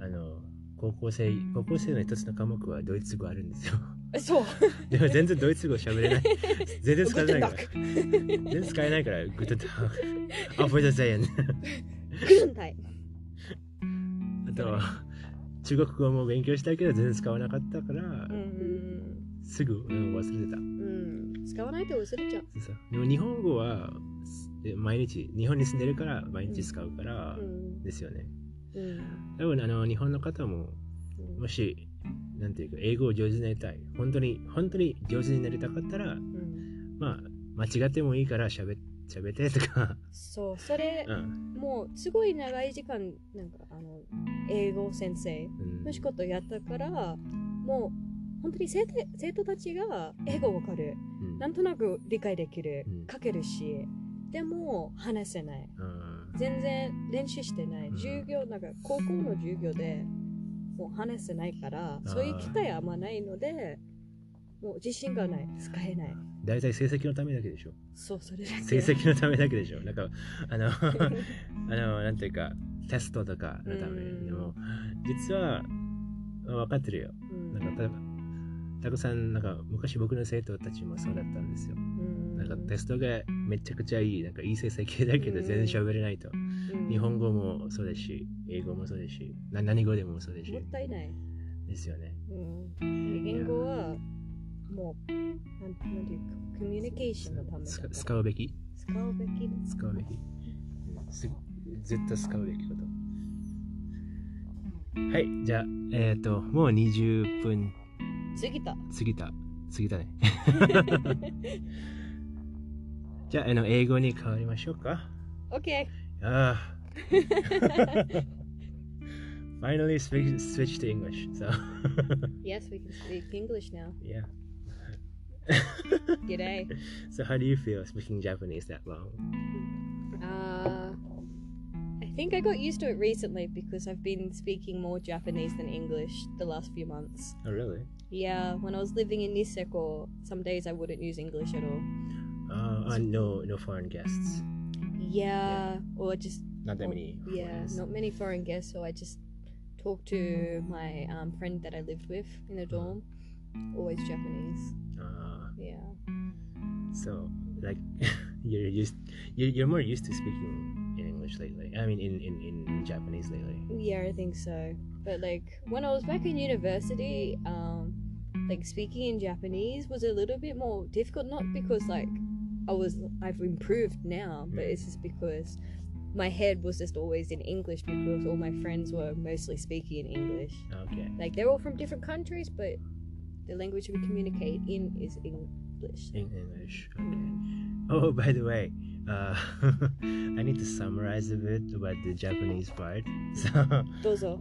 [SPEAKER 1] あの高校生高校生の一つの科目はドイツ語あるんですよ。
[SPEAKER 2] えそう
[SPEAKER 1] でも全然ドイツ語喋れない。全然使えないから。
[SPEAKER 2] グ
[SPEAKER 1] 全然使えないから。グッドタウン。アフォザゼン。
[SPEAKER 2] 軍隊
[SPEAKER 1] あとは中国語も勉強したけど全然使わなかったから、
[SPEAKER 2] うん
[SPEAKER 1] すぐうん忘れてた
[SPEAKER 2] うんうん使わないと忘れちゃう
[SPEAKER 1] そうそうでも日本語はすえ毎日日本に住んでるから毎日使うから
[SPEAKER 2] うん
[SPEAKER 1] ですよね、
[SPEAKER 2] うん
[SPEAKER 1] 多分あの日本の方も
[SPEAKER 2] うん
[SPEAKER 1] もしなんていうか英語を上手になりたい本当に本当に上手になりたかったら
[SPEAKER 2] うん
[SPEAKER 1] まあ間違ってもいいからしゃべってと か、
[SPEAKER 2] そうそれ
[SPEAKER 1] うん
[SPEAKER 2] もうすごい長い時間なんかあの英語先生
[SPEAKER 1] うん
[SPEAKER 2] の仕事やったからもう本当に生徒生徒たちが英語わかる
[SPEAKER 1] うん
[SPEAKER 2] なんとなく理解できる
[SPEAKER 1] うん
[SPEAKER 2] 書けるしでも話せない
[SPEAKER 1] うん
[SPEAKER 2] 全然練習してない
[SPEAKER 1] うん
[SPEAKER 2] 授業なんか高校の授業でもう話せないから
[SPEAKER 1] ー
[SPEAKER 2] そういう機会あんまないのでもう自信がない使えない
[SPEAKER 1] 大体成績のためだけでしょ
[SPEAKER 2] そうそれだけ
[SPEAKER 1] 成績のためだけでしょなん かあの あのなんていうかテストとかのため
[SPEAKER 2] うん
[SPEAKER 1] でも実は分かってるよ
[SPEAKER 2] うん
[SPEAKER 1] なんかたたくさんなんか昔僕の生徒たちもそうだったんですよ
[SPEAKER 2] うん
[SPEAKER 1] なんかテストがめちゃくちゃいいなんかいい成績だけど
[SPEAKER 2] うん
[SPEAKER 1] 全然喋れないと
[SPEAKER 2] うん
[SPEAKER 1] 日本語もそうですし英語もそうですしな何語でもそうです
[SPEAKER 2] も
[SPEAKER 1] し
[SPEAKER 2] ったいない
[SPEAKER 1] ですよね
[SPEAKER 2] うん、言語はもう、なんなんていうか、コミュニケーションのためだ
[SPEAKER 1] す
[SPEAKER 2] から
[SPEAKER 1] 使うべき
[SPEAKER 2] 使うべきです。
[SPEAKER 1] 使うべきうんす絶対使うべきことはいじゃあえっ、ともう20分
[SPEAKER 2] 過ぎた。
[SPEAKER 1] 過ぎた過ぎた ねじゃああの英語に変わりましょうか
[SPEAKER 2] OK!
[SPEAKER 1] ああ Finally switch, switch to English so
[SPEAKER 2] Yes, we can speak English now.
[SPEAKER 1] yeah
[SPEAKER 2] G'day.
[SPEAKER 1] so how do you feel speaking Japanese that long
[SPEAKER 2] Uh, I think I got used to it recently because I've been speaking more Japanese than English the last few months.
[SPEAKER 1] oh really
[SPEAKER 2] Yeah, when I was living in Niseko, some days I wouldn't use English at all.
[SPEAKER 1] uh, uh no no foreign guests
[SPEAKER 2] Yeah, or just
[SPEAKER 1] not that
[SPEAKER 2] Oh,
[SPEAKER 1] many
[SPEAKER 2] Yeah,
[SPEAKER 1] foreigners.
[SPEAKER 2] not many foreign guests, so I just talk to my um, friend that I lived with in the dorm. Always Japanese.
[SPEAKER 1] Ah.
[SPEAKER 2] Yeah.
[SPEAKER 1] So, like, you're used, you're, you're more used to speaking in English lately. I mean, in, in, in Japanese lately.
[SPEAKER 2] Yeah, I think so. But like when I was back in university, um, like speaking in Japanese was a little bit more difficult. Not because like I was I've improved now, but
[SPEAKER 1] Mm.
[SPEAKER 2] it's just because my head was just always in English because all my friends were mostly speaking in English.
[SPEAKER 1] Okay.
[SPEAKER 2] Like they're all from different countries, but
[SPEAKER 3] The language we communicate in is English.
[SPEAKER 1] in English. Okay. Oh, by the way, uh, I need to summarize a bit about the Japanese part. So,
[SPEAKER 3] どう ぞ。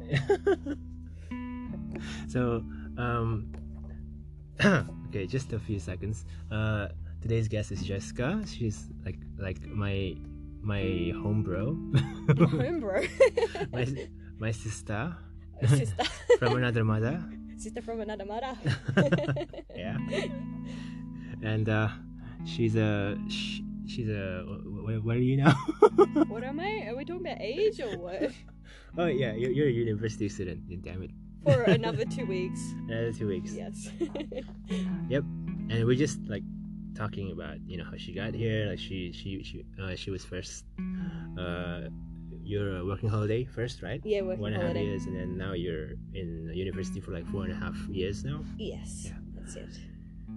[SPEAKER 1] so um, okay, just a few seconds. Uh, today's guest is Jessica. She's like like my my homebro,
[SPEAKER 3] Remember?
[SPEAKER 1] my my sister
[SPEAKER 3] Sister.
[SPEAKER 1] from another mother.
[SPEAKER 3] Sister from another mother.
[SPEAKER 1] yeah. And uh, she's a sh- she's a where, where are you now?
[SPEAKER 3] What am I? Are we talking about age or what?
[SPEAKER 1] oh yeah, you're, you're a university student. yeah, Damn it,
[SPEAKER 3] For another two weeks.
[SPEAKER 1] another two weeks.
[SPEAKER 3] Yes.
[SPEAKER 1] And we're just like talking about you know how she got here. Like she she she uh, she was first. Uh, you're a working holiday first, right?
[SPEAKER 3] yeah, we're
[SPEAKER 1] One and a half
[SPEAKER 3] holiday.
[SPEAKER 1] years, and then now you're in university for like four and a half years now.
[SPEAKER 3] Yes.
[SPEAKER 1] Yeah.
[SPEAKER 3] That's it.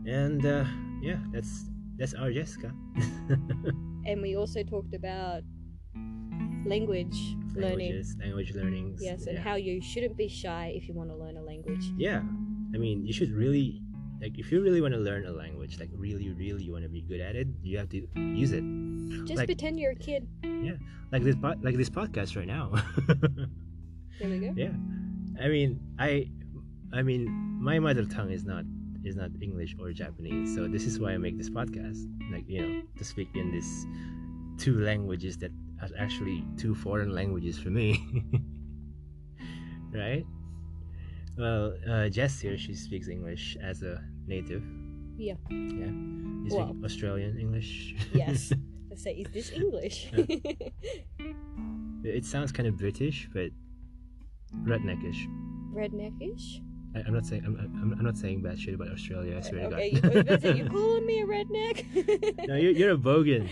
[SPEAKER 1] And uh, yeah, that's that's our Jessica.
[SPEAKER 3] And we also talked about language learning.
[SPEAKER 1] Languages, language learnings.
[SPEAKER 3] Yes, and
[SPEAKER 1] yeah.
[SPEAKER 3] how you shouldn't be shy if you want to learn a language.
[SPEAKER 1] yeah i mean you should really like if you really want to learn a language like really really want to be good at it you have to use it
[SPEAKER 3] Just
[SPEAKER 1] Like-
[SPEAKER 3] pretend you're a kid.
[SPEAKER 1] like this po- like this podcast right now
[SPEAKER 3] There we go.
[SPEAKER 1] i mean i i mean my mother tongue is not is not english or japanese so this is why i make this podcast like you know to speak in this two languages that are actually two foreign languages for me right well uh, jess here she speaks english as a native
[SPEAKER 3] Yeah.
[SPEAKER 1] yeah you speak
[SPEAKER 3] Well-
[SPEAKER 1] australian english
[SPEAKER 3] Yes. I say, is this English?
[SPEAKER 1] it sounds kind of british but redneckish
[SPEAKER 3] Redneckish?
[SPEAKER 1] I, I'm not saying I'm, I'm, I'm not saying bad shit about Australia. I swear
[SPEAKER 3] okay,
[SPEAKER 1] to
[SPEAKER 3] you, I was gonna
[SPEAKER 1] God.
[SPEAKER 3] say, you calling me a redneck?
[SPEAKER 1] no, you're, you're a bogan.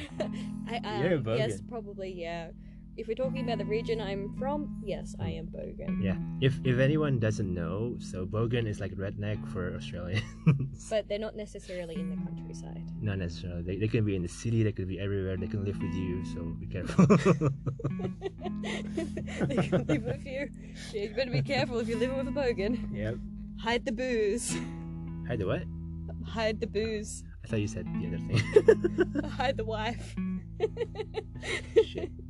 [SPEAKER 3] I am.
[SPEAKER 1] you're a bogan.
[SPEAKER 3] yes, probably, yeah. If we're talking about the region I'm from, yes, I am Bogan.
[SPEAKER 1] Yeah. If if anyone doesn't know, so bogan is like redneck for Australians.
[SPEAKER 3] But they're not necessarily in the countryside.
[SPEAKER 1] not necessarily. They, they can be in the city. They could be everywhere. They can live with you. So be careful.
[SPEAKER 3] they can live with you. Yeah, you better be careful if you're living with a Bogan.
[SPEAKER 1] yep.
[SPEAKER 3] Hide the booze.
[SPEAKER 1] Hide the what?
[SPEAKER 3] Hide the booze.
[SPEAKER 1] I thought you said the other thing.
[SPEAKER 3] Hide the wife.
[SPEAKER 1] shit.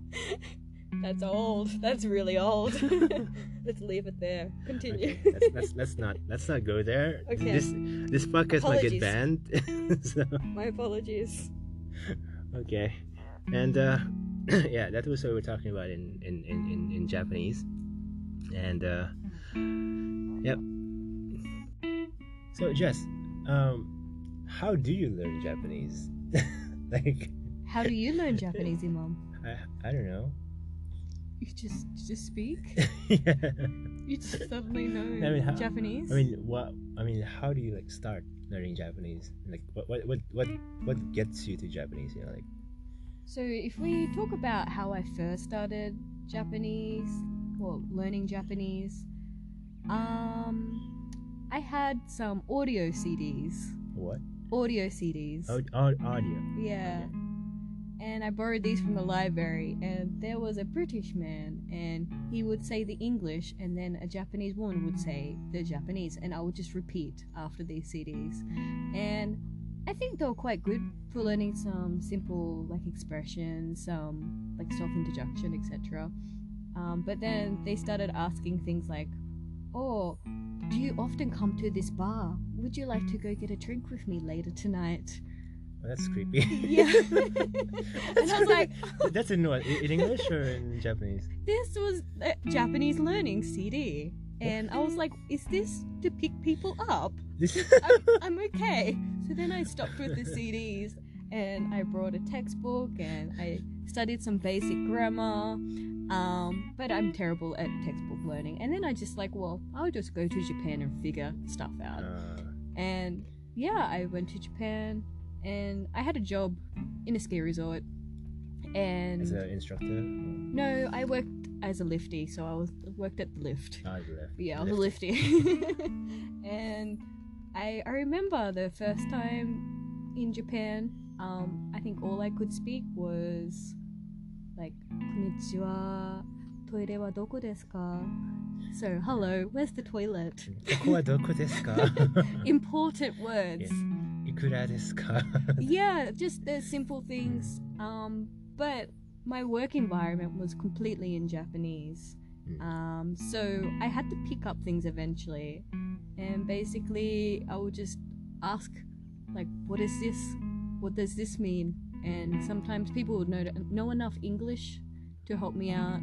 [SPEAKER 3] That's old. That's really old. Let's leave it there. Continue.
[SPEAKER 1] Okay. Let's, let's let's not let's not go there.
[SPEAKER 3] Okay.
[SPEAKER 1] This this podcast might get
[SPEAKER 3] Apologies.
[SPEAKER 1] banned. so.
[SPEAKER 3] My apologies.
[SPEAKER 1] Okay. And uh, yeah, that was what we were talking about in, in, in, in, in Japanese. And uh, yep. So Jess, um, how do you learn Japanese? like
[SPEAKER 3] How do you learn
[SPEAKER 1] Japanese,
[SPEAKER 3] Imam?
[SPEAKER 1] I, I don't know.
[SPEAKER 2] You just you just speak.
[SPEAKER 1] yeah.
[SPEAKER 2] You just suddenly know
[SPEAKER 1] I mean, how-
[SPEAKER 2] Japanese.
[SPEAKER 1] I mean, what? I mean, how do you like start learning Japanese? Like, what, what, what, what, what gets you to Japanese? You know, like,
[SPEAKER 2] so if we talk about how I first started Japanese, well, learning Japanese, um, I had some audio CDs.
[SPEAKER 1] what?
[SPEAKER 2] Audio CDs.
[SPEAKER 1] Oh, au- audio.
[SPEAKER 2] Yeah. And I borrowed these from the library, and there was a British man, and he would say the English, and then a Japanese woman would say the Japanese, and I would just repeat after these CDs. And I think they were quite good for learning some simple like expressions, some like self-introduction, etc. Um, but then they started asking things like, "Oh, do you often come to this bar? Would you like to go get a drink with me later tonight?"
[SPEAKER 1] Oh, that's creepy.
[SPEAKER 2] Yeah. and I was like,
[SPEAKER 1] that's in what? In in English or in Japanese?
[SPEAKER 2] this was a Japanese learning CD. And I was like, is this to pick people up?
[SPEAKER 1] This.
[SPEAKER 2] I'm, I'm okay. So then I stopped with the CDs and I brought a textbook and I studied some basic grammar. Um, but I'm terrible at textbook learning. And then I just like, well, I'll just go to Japan and figure stuff out.
[SPEAKER 1] Uh,
[SPEAKER 2] And yeah, I went to Japan and I had a job in a ski resort. And
[SPEAKER 1] as an instructor,
[SPEAKER 2] No, I worked as a lifty, so I was worked at the lift.
[SPEAKER 1] I ah, left.
[SPEAKER 2] Yeah, I was a lifty. and I I remember the first time in Japan, um, I think all I could speak was like "Konnichiwa, toire wa doko desu ka?" So, hello, where's the toilet?
[SPEAKER 1] ここはどこです か
[SPEAKER 2] Important words.
[SPEAKER 1] いくらですか
[SPEAKER 2] yeah, just the simple things. Um, but my work environment was completely in Japanese.
[SPEAKER 1] Mm.
[SPEAKER 2] Um, so I had to pick up things eventually. And basically, I would just ask, like, what is this? What does this mean? And sometimes people would know, know enough English to help me out.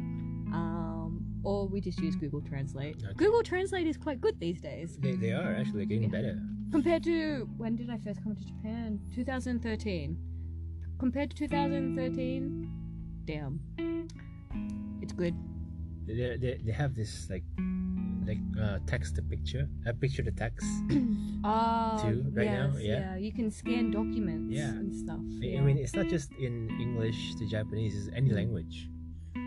[SPEAKER 2] Um, or we just use Google Translate.
[SPEAKER 1] Okay.
[SPEAKER 2] Google Translate is quite good these days.
[SPEAKER 1] they, they are actually getting better.
[SPEAKER 2] Compared to when did I first come to Japan? 2013. Compared to 2013, damn, it's good.
[SPEAKER 1] They, they, they have this like like uh, text to picture, a picture to text.
[SPEAKER 2] Ah,
[SPEAKER 1] Two right now, yeah.
[SPEAKER 2] You can scan documents
[SPEAKER 1] Yeah.
[SPEAKER 2] and stuff.
[SPEAKER 1] I I mean, it's not just in English to Japanese; it's any language.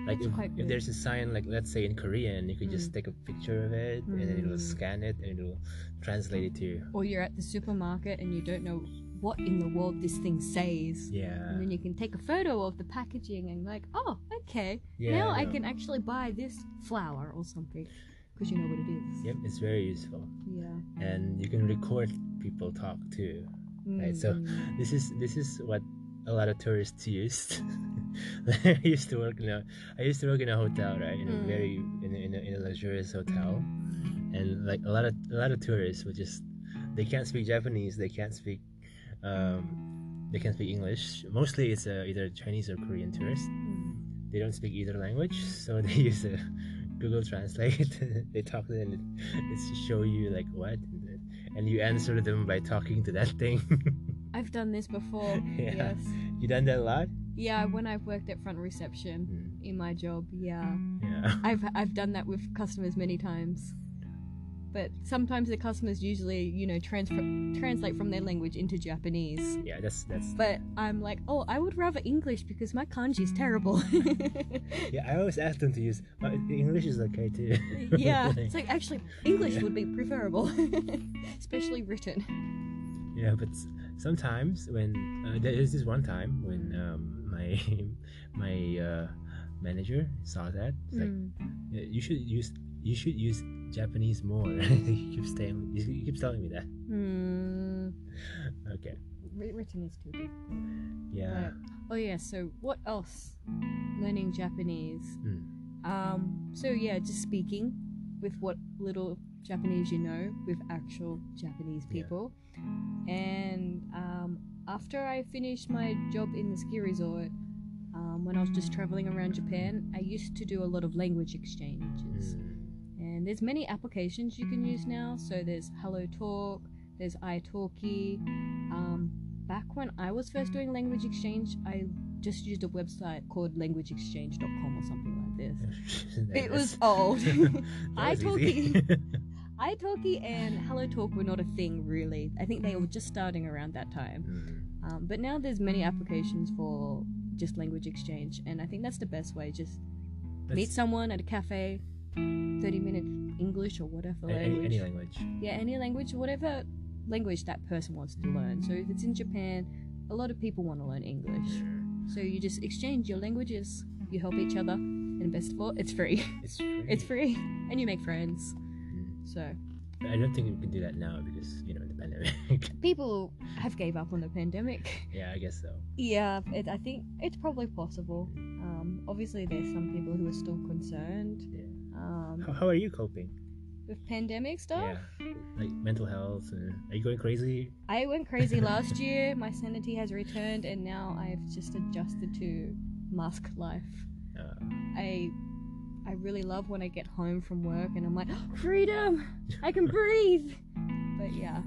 [SPEAKER 1] Like
[SPEAKER 2] That's
[SPEAKER 1] if,
[SPEAKER 2] quite
[SPEAKER 1] if
[SPEAKER 2] good.
[SPEAKER 1] there's a sign, like let's say in Korean, you could just take a picture of it, and then it'll
[SPEAKER 2] Mm.
[SPEAKER 1] scan it and it'll translate it to
[SPEAKER 2] or you're at the supermarket and you don't know what in the world this thing says. And
[SPEAKER 1] yeah,
[SPEAKER 2] then you can take a photo of the packaging and like, oh, okay,
[SPEAKER 1] yeah.
[SPEAKER 2] now I
[SPEAKER 1] know.
[SPEAKER 2] can actually buy this flower or something because you know what it is.
[SPEAKER 1] Yep, it's very useful,
[SPEAKER 2] Yeah.
[SPEAKER 1] and you can record people talk too. Right, so-
[SPEAKER 2] Mm.
[SPEAKER 1] This is this is what a lot of tourists used. I used to work in a I used to work in a hotel, right? In a
[SPEAKER 4] Mm.
[SPEAKER 1] very in a, in, a, in a luxurious hotel, and like a lot of a lot of tourists would just they can't speak Japanese, they can't speak um, they can't speak English. Mostly it's uh, either Chinese or Korean tourists.
[SPEAKER 2] Mm.
[SPEAKER 1] They don't speak either language, so they use a Google Translate. they talk to them. and It's to show you like what, and you answer them by talking to that thing.
[SPEAKER 2] I've done this before.
[SPEAKER 1] Yeah.
[SPEAKER 2] Yes.
[SPEAKER 1] you done that a lot?
[SPEAKER 2] Yeah, when I've worked at front reception
[SPEAKER 1] Mm.
[SPEAKER 2] in my job, yeah.
[SPEAKER 1] Yeah.
[SPEAKER 2] I've I've done that with customers many times. But sometimes the customers usually, you know, transfer translate from their language into Japanese.
[SPEAKER 1] Yeah, that's that's
[SPEAKER 2] But I'm like, "Oh, I would rather English because my kanji is terrible."
[SPEAKER 1] yeah, I always ask them to use uh, English is okay too.
[SPEAKER 2] yeah.
[SPEAKER 1] Like,
[SPEAKER 2] It's like actually English
[SPEAKER 1] Yeah.
[SPEAKER 2] would be preferable, especially written.
[SPEAKER 1] yeah, but s- sometimes when uh, there is this one time when um, my my uh, manager saw that, it's like
[SPEAKER 2] Mm.
[SPEAKER 1] "Yeah, you should use you should use Japanese more. he keeps telling he keeps telling me that.
[SPEAKER 2] Hmm. Mm.
[SPEAKER 1] Okay.
[SPEAKER 2] Wri- Written is too big.
[SPEAKER 1] Yeah.
[SPEAKER 2] Right. Oh yeah. So what else? Learning Japanese. Um. So yeah, just speaking with what little Japanese you know with actual Japanese
[SPEAKER 1] Yeah.
[SPEAKER 2] people. And um, after I finished my job in the ski resort, um, when I was just traveling around Japan, I used to do a lot of language exchanges.
[SPEAKER 1] Mm.
[SPEAKER 2] And there's many applications you can use now. So there's Hello Talk, there's italki. Um, back when I was first doing language exchange, I just used a website called languageexchange.com or something like this. It
[SPEAKER 1] That's-
[SPEAKER 2] was old.
[SPEAKER 1] that was easy.
[SPEAKER 2] italki and Hello Talk were not a thing really. I think they were just starting around that time.
[SPEAKER 1] Mm.
[SPEAKER 2] Um, but now there's many applications for just language exchange, and I think that's the best way. Just meet
[SPEAKER 1] That's-
[SPEAKER 2] someone at a cafe, 30 minute English or whatever
[SPEAKER 1] a- any,
[SPEAKER 2] language.
[SPEAKER 1] any language.
[SPEAKER 2] yeah any language whatever language that person wants to learn so if it's in japan a lot of people want to learn english so you just exchange your languages you help each other and best of all it's free
[SPEAKER 1] It's free.
[SPEAKER 2] it's free and you make friends
[SPEAKER 1] Mm.
[SPEAKER 2] so
[SPEAKER 1] I don't think we can do that now because you know the pandemic.
[SPEAKER 2] people have gave up on the pandemic
[SPEAKER 1] yeah, I guess so.
[SPEAKER 2] yeah it, i think it's probably possible um, obviously there's some people who are still concerned
[SPEAKER 1] Yeah. How,
[SPEAKER 2] um,
[SPEAKER 1] how are you coping?
[SPEAKER 2] with pandemic stuff
[SPEAKER 1] Yeah, like mental health. And are you going crazy?
[SPEAKER 2] I went crazy last year. My sanity has returned, and now I've just adjusted to mask life.
[SPEAKER 1] Uh,
[SPEAKER 2] I I really love when I get home from work and I'm like, freedom! I can breathe! But yeah,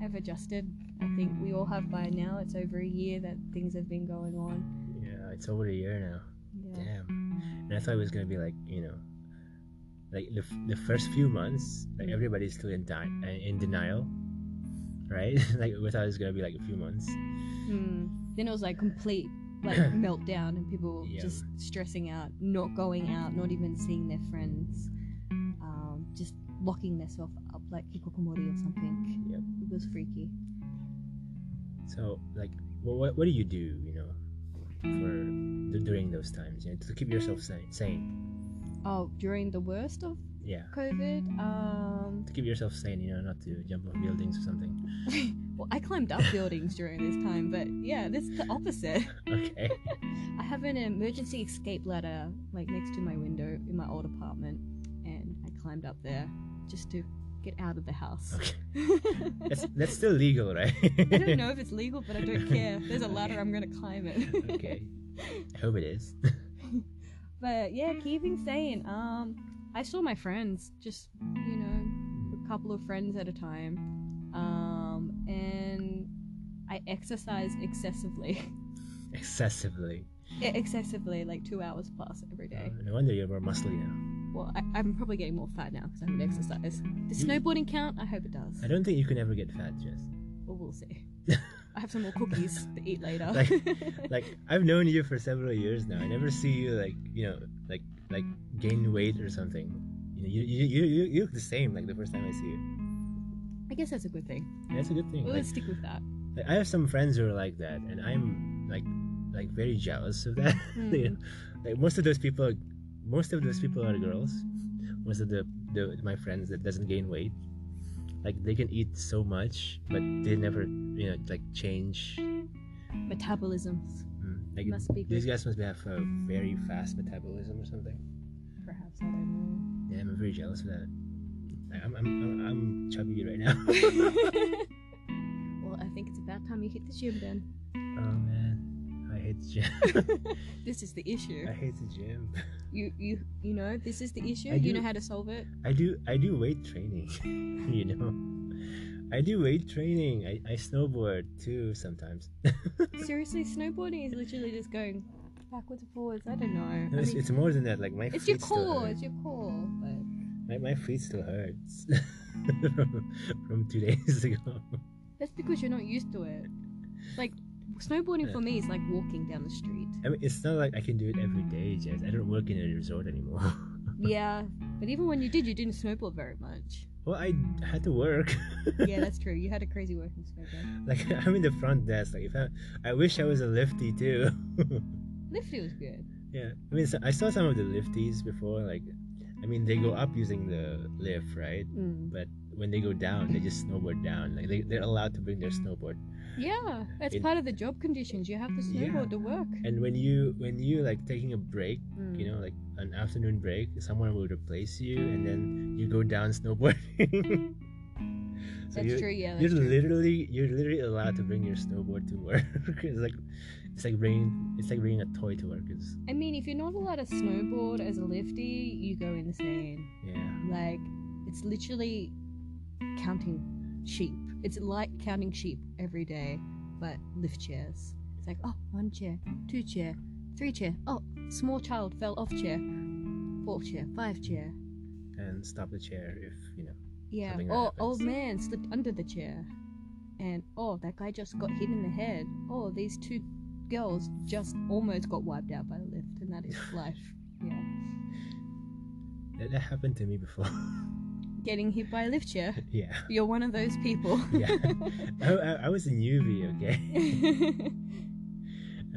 [SPEAKER 2] I've adjusted. I think we all have by now. It's over a year that things have been going on.
[SPEAKER 1] yeah, it's over a year now.
[SPEAKER 2] Yeah.
[SPEAKER 1] Damn. And I thought it was gonna be like you know, like the, f- the first few months, like
[SPEAKER 2] Mm.
[SPEAKER 1] everybody's still in di- uh, in denial, right? like we thought it was gonna be like a few months.
[SPEAKER 2] Hmm. Then it was like complete like meltdown and people
[SPEAKER 1] Mm. Yeah.
[SPEAKER 2] just stressing out, not going out, not even seeing their friends, um, just locking themselves up like hikokomori or something.
[SPEAKER 1] Yep.
[SPEAKER 2] It was freaky.
[SPEAKER 1] So like, what what, what do you do? You know, for during those times, you know, to keep yourself sane. sane.
[SPEAKER 2] Oh, during the worst of
[SPEAKER 1] Yeah.
[SPEAKER 2] COVID. Um,
[SPEAKER 1] To keep yourself sane, you know, not to jump off buildings or something.
[SPEAKER 2] well, I climbed up buildings during this time, but yeah, this is the opposite.
[SPEAKER 1] Okay.
[SPEAKER 2] I have an emergency escape ladder like next to my window in my old apartment, and I climbed up there just to get out of the house.
[SPEAKER 1] Okay. That's, that's still legal, right?
[SPEAKER 2] I don't know if it's legal, but I don't care. There's a ladder, I'm gonna climb it.
[SPEAKER 1] okay. I hope it is.
[SPEAKER 2] But yeah, keeping sane. Um, I saw my friends, just you know, a couple of friends at a time. Um, and I exercised excessively,
[SPEAKER 1] Excessively.
[SPEAKER 2] Yeah, excessively, like two hours plus every day.
[SPEAKER 1] Uh, no wonder you're more muscly now.
[SPEAKER 2] Well, I, I'm probably getting more fat now because I haven't exercised. Does
[SPEAKER 1] You-
[SPEAKER 2] snowboarding count? I hope it does.
[SPEAKER 1] Mm. I don't think you can ever get fat, Jess.
[SPEAKER 2] Well, we'll see. I have some more cookies to eat later.
[SPEAKER 1] Like- Like I've known you for several years now. I never see you like you know like like gain weight or something. You know, you you, you, you you look the same like the first time I see you.
[SPEAKER 2] I guess that's a good thing.
[SPEAKER 1] And that's a good thing.
[SPEAKER 2] We'll
[SPEAKER 1] Like,
[SPEAKER 2] stick with that.
[SPEAKER 1] like, I have some friends who are like that, and I'm like like very jealous of that. you know? Like most of those people, most of those people are girls. Most of the, the my friends that doesn't gain weight, like they can eat so much, but they never you know like change.
[SPEAKER 2] Metabolisms,
[SPEAKER 1] Mm, Like
[SPEAKER 2] Must be
[SPEAKER 1] these
[SPEAKER 2] good.
[SPEAKER 1] guys must be have a very fast metabolism or something.
[SPEAKER 2] perhaps. I don't know.
[SPEAKER 1] Yeah, I'm very jealous of that. Like, I'm, I'm, I'm, I'm chubby right now.
[SPEAKER 2] well, I think it's about time you hit the gym then.
[SPEAKER 1] oh man, I hate the gym.
[SPEAKER 2] This is the issue.
[SPEAKER 1] I hate the gym.
[SPEAKER 2] You you you know this is the issue.
[SPEAKER 1] I
[SPEAKER 2] You
[SPEAKER 1] do-
[SPEAKER 2] know how to solve it.
[SPEAKER 1] I do I do weight training, you know. I do weight training. I, I snowboard too sometimes.
[SPEAKER 2] Seriously, snowboarding is literally just going backwards and forwards. I don't know. I
[SPEAKER 1] No, it's,
[SPEAKER 2] mean,
[SPEAKER 1] it's more than that. Like my
[SPEAKER 2] it's
[SPEAKER 1] feet
[SPEAKER 2] your core.
[SPEAKER 1] Still hurt.
[SPEAKER 2] It's your core. But
[SPEAKER 1] My, my feet still hurts from, from two days ago.
[SPEAKER 2] that's because you're not used to it. Like snowboarding for me is like walking down the street.
[SPEAKER 1] I mean, it's not like I can do it every day, Jess. I don't work in a resort anymore.
[SPEAKER 2] Yeah, but even when you did, you didn't snowboard very much.
[SPEAKER 1] well, I had to work.
[SPEAKER 2] Yeah, that's true. You had a crazy working snowboard.
[SPEAKER 1] Like I'm in the front desk. Like if I, I wish I was a lifty too.
[SPEAKER 2] Lifty was good.
[SPEAKER 1] yeah, I mean, so, I saw some of the lifties before. Like, I mean, they go up using the lift, right?
[SPEAKER 2] Mm.
[SPEAKER 1] But when they go down, they just snowboard down. Like they, they're allowed to bring their snowboard.
[SPEAKER 2] Yeah, that's
[SPEAKER 1] It-
[SPEAKER 2] part of the job conditions. You have to
[SPEAKER 1] Yeah.
[SPEAKER 2] snowboard to work.
[SPEAKER 1] And when you when you like taking a break,
[SPEAKER 2] Mm.
[SPEAKER 1] you know, like an afternoon break, someone will replace you, and then you go down snowboarding. so you,
[SPEAKER 2] That's true. Yeah, that's
[SPEAKER 1] You're
[SPEAKER 2] true. Mm.
[SPEAKER 1] literally you're literally allowed to bring your snowboard to work. it's like it's like bringing it's like bringing a toy to work. It's,
[SPEAKER 2] I mean, if you're not allowed to snowboard as a lifty, you go insane.
[SPEAKER 1] yeah.
[SPEAKER 2] Like, it's literally counting sheep. It's like counting sheep every day, but lift chairs. It's like, oh, one chair, two chair, three chair. Oh, small child fell off chair, four chair, five chair.
[SPEAKER 1] and stop the chair if you know.
[SPEAKER 2] Yeah.
[SPEAKER 1] Something that
[SPEAKER 2] Oh,
[SPEAKER 1] happens.
[SPEAKER 2] old man slipped under the chair, and oh, that guy just got hit in the head. Oh, these two girls just almost got wiped out by the lift, and that is life. Yeah.
[SPEAKER 1] That, that happened to me before.
[SPEAKER 2] getting hit by a lift chair.
[SPEAKER 1] yeah,
[SPEAKER 2] You're one of those people.
[SPEAKER 1] yeah. I, I, I was a newbie, okay.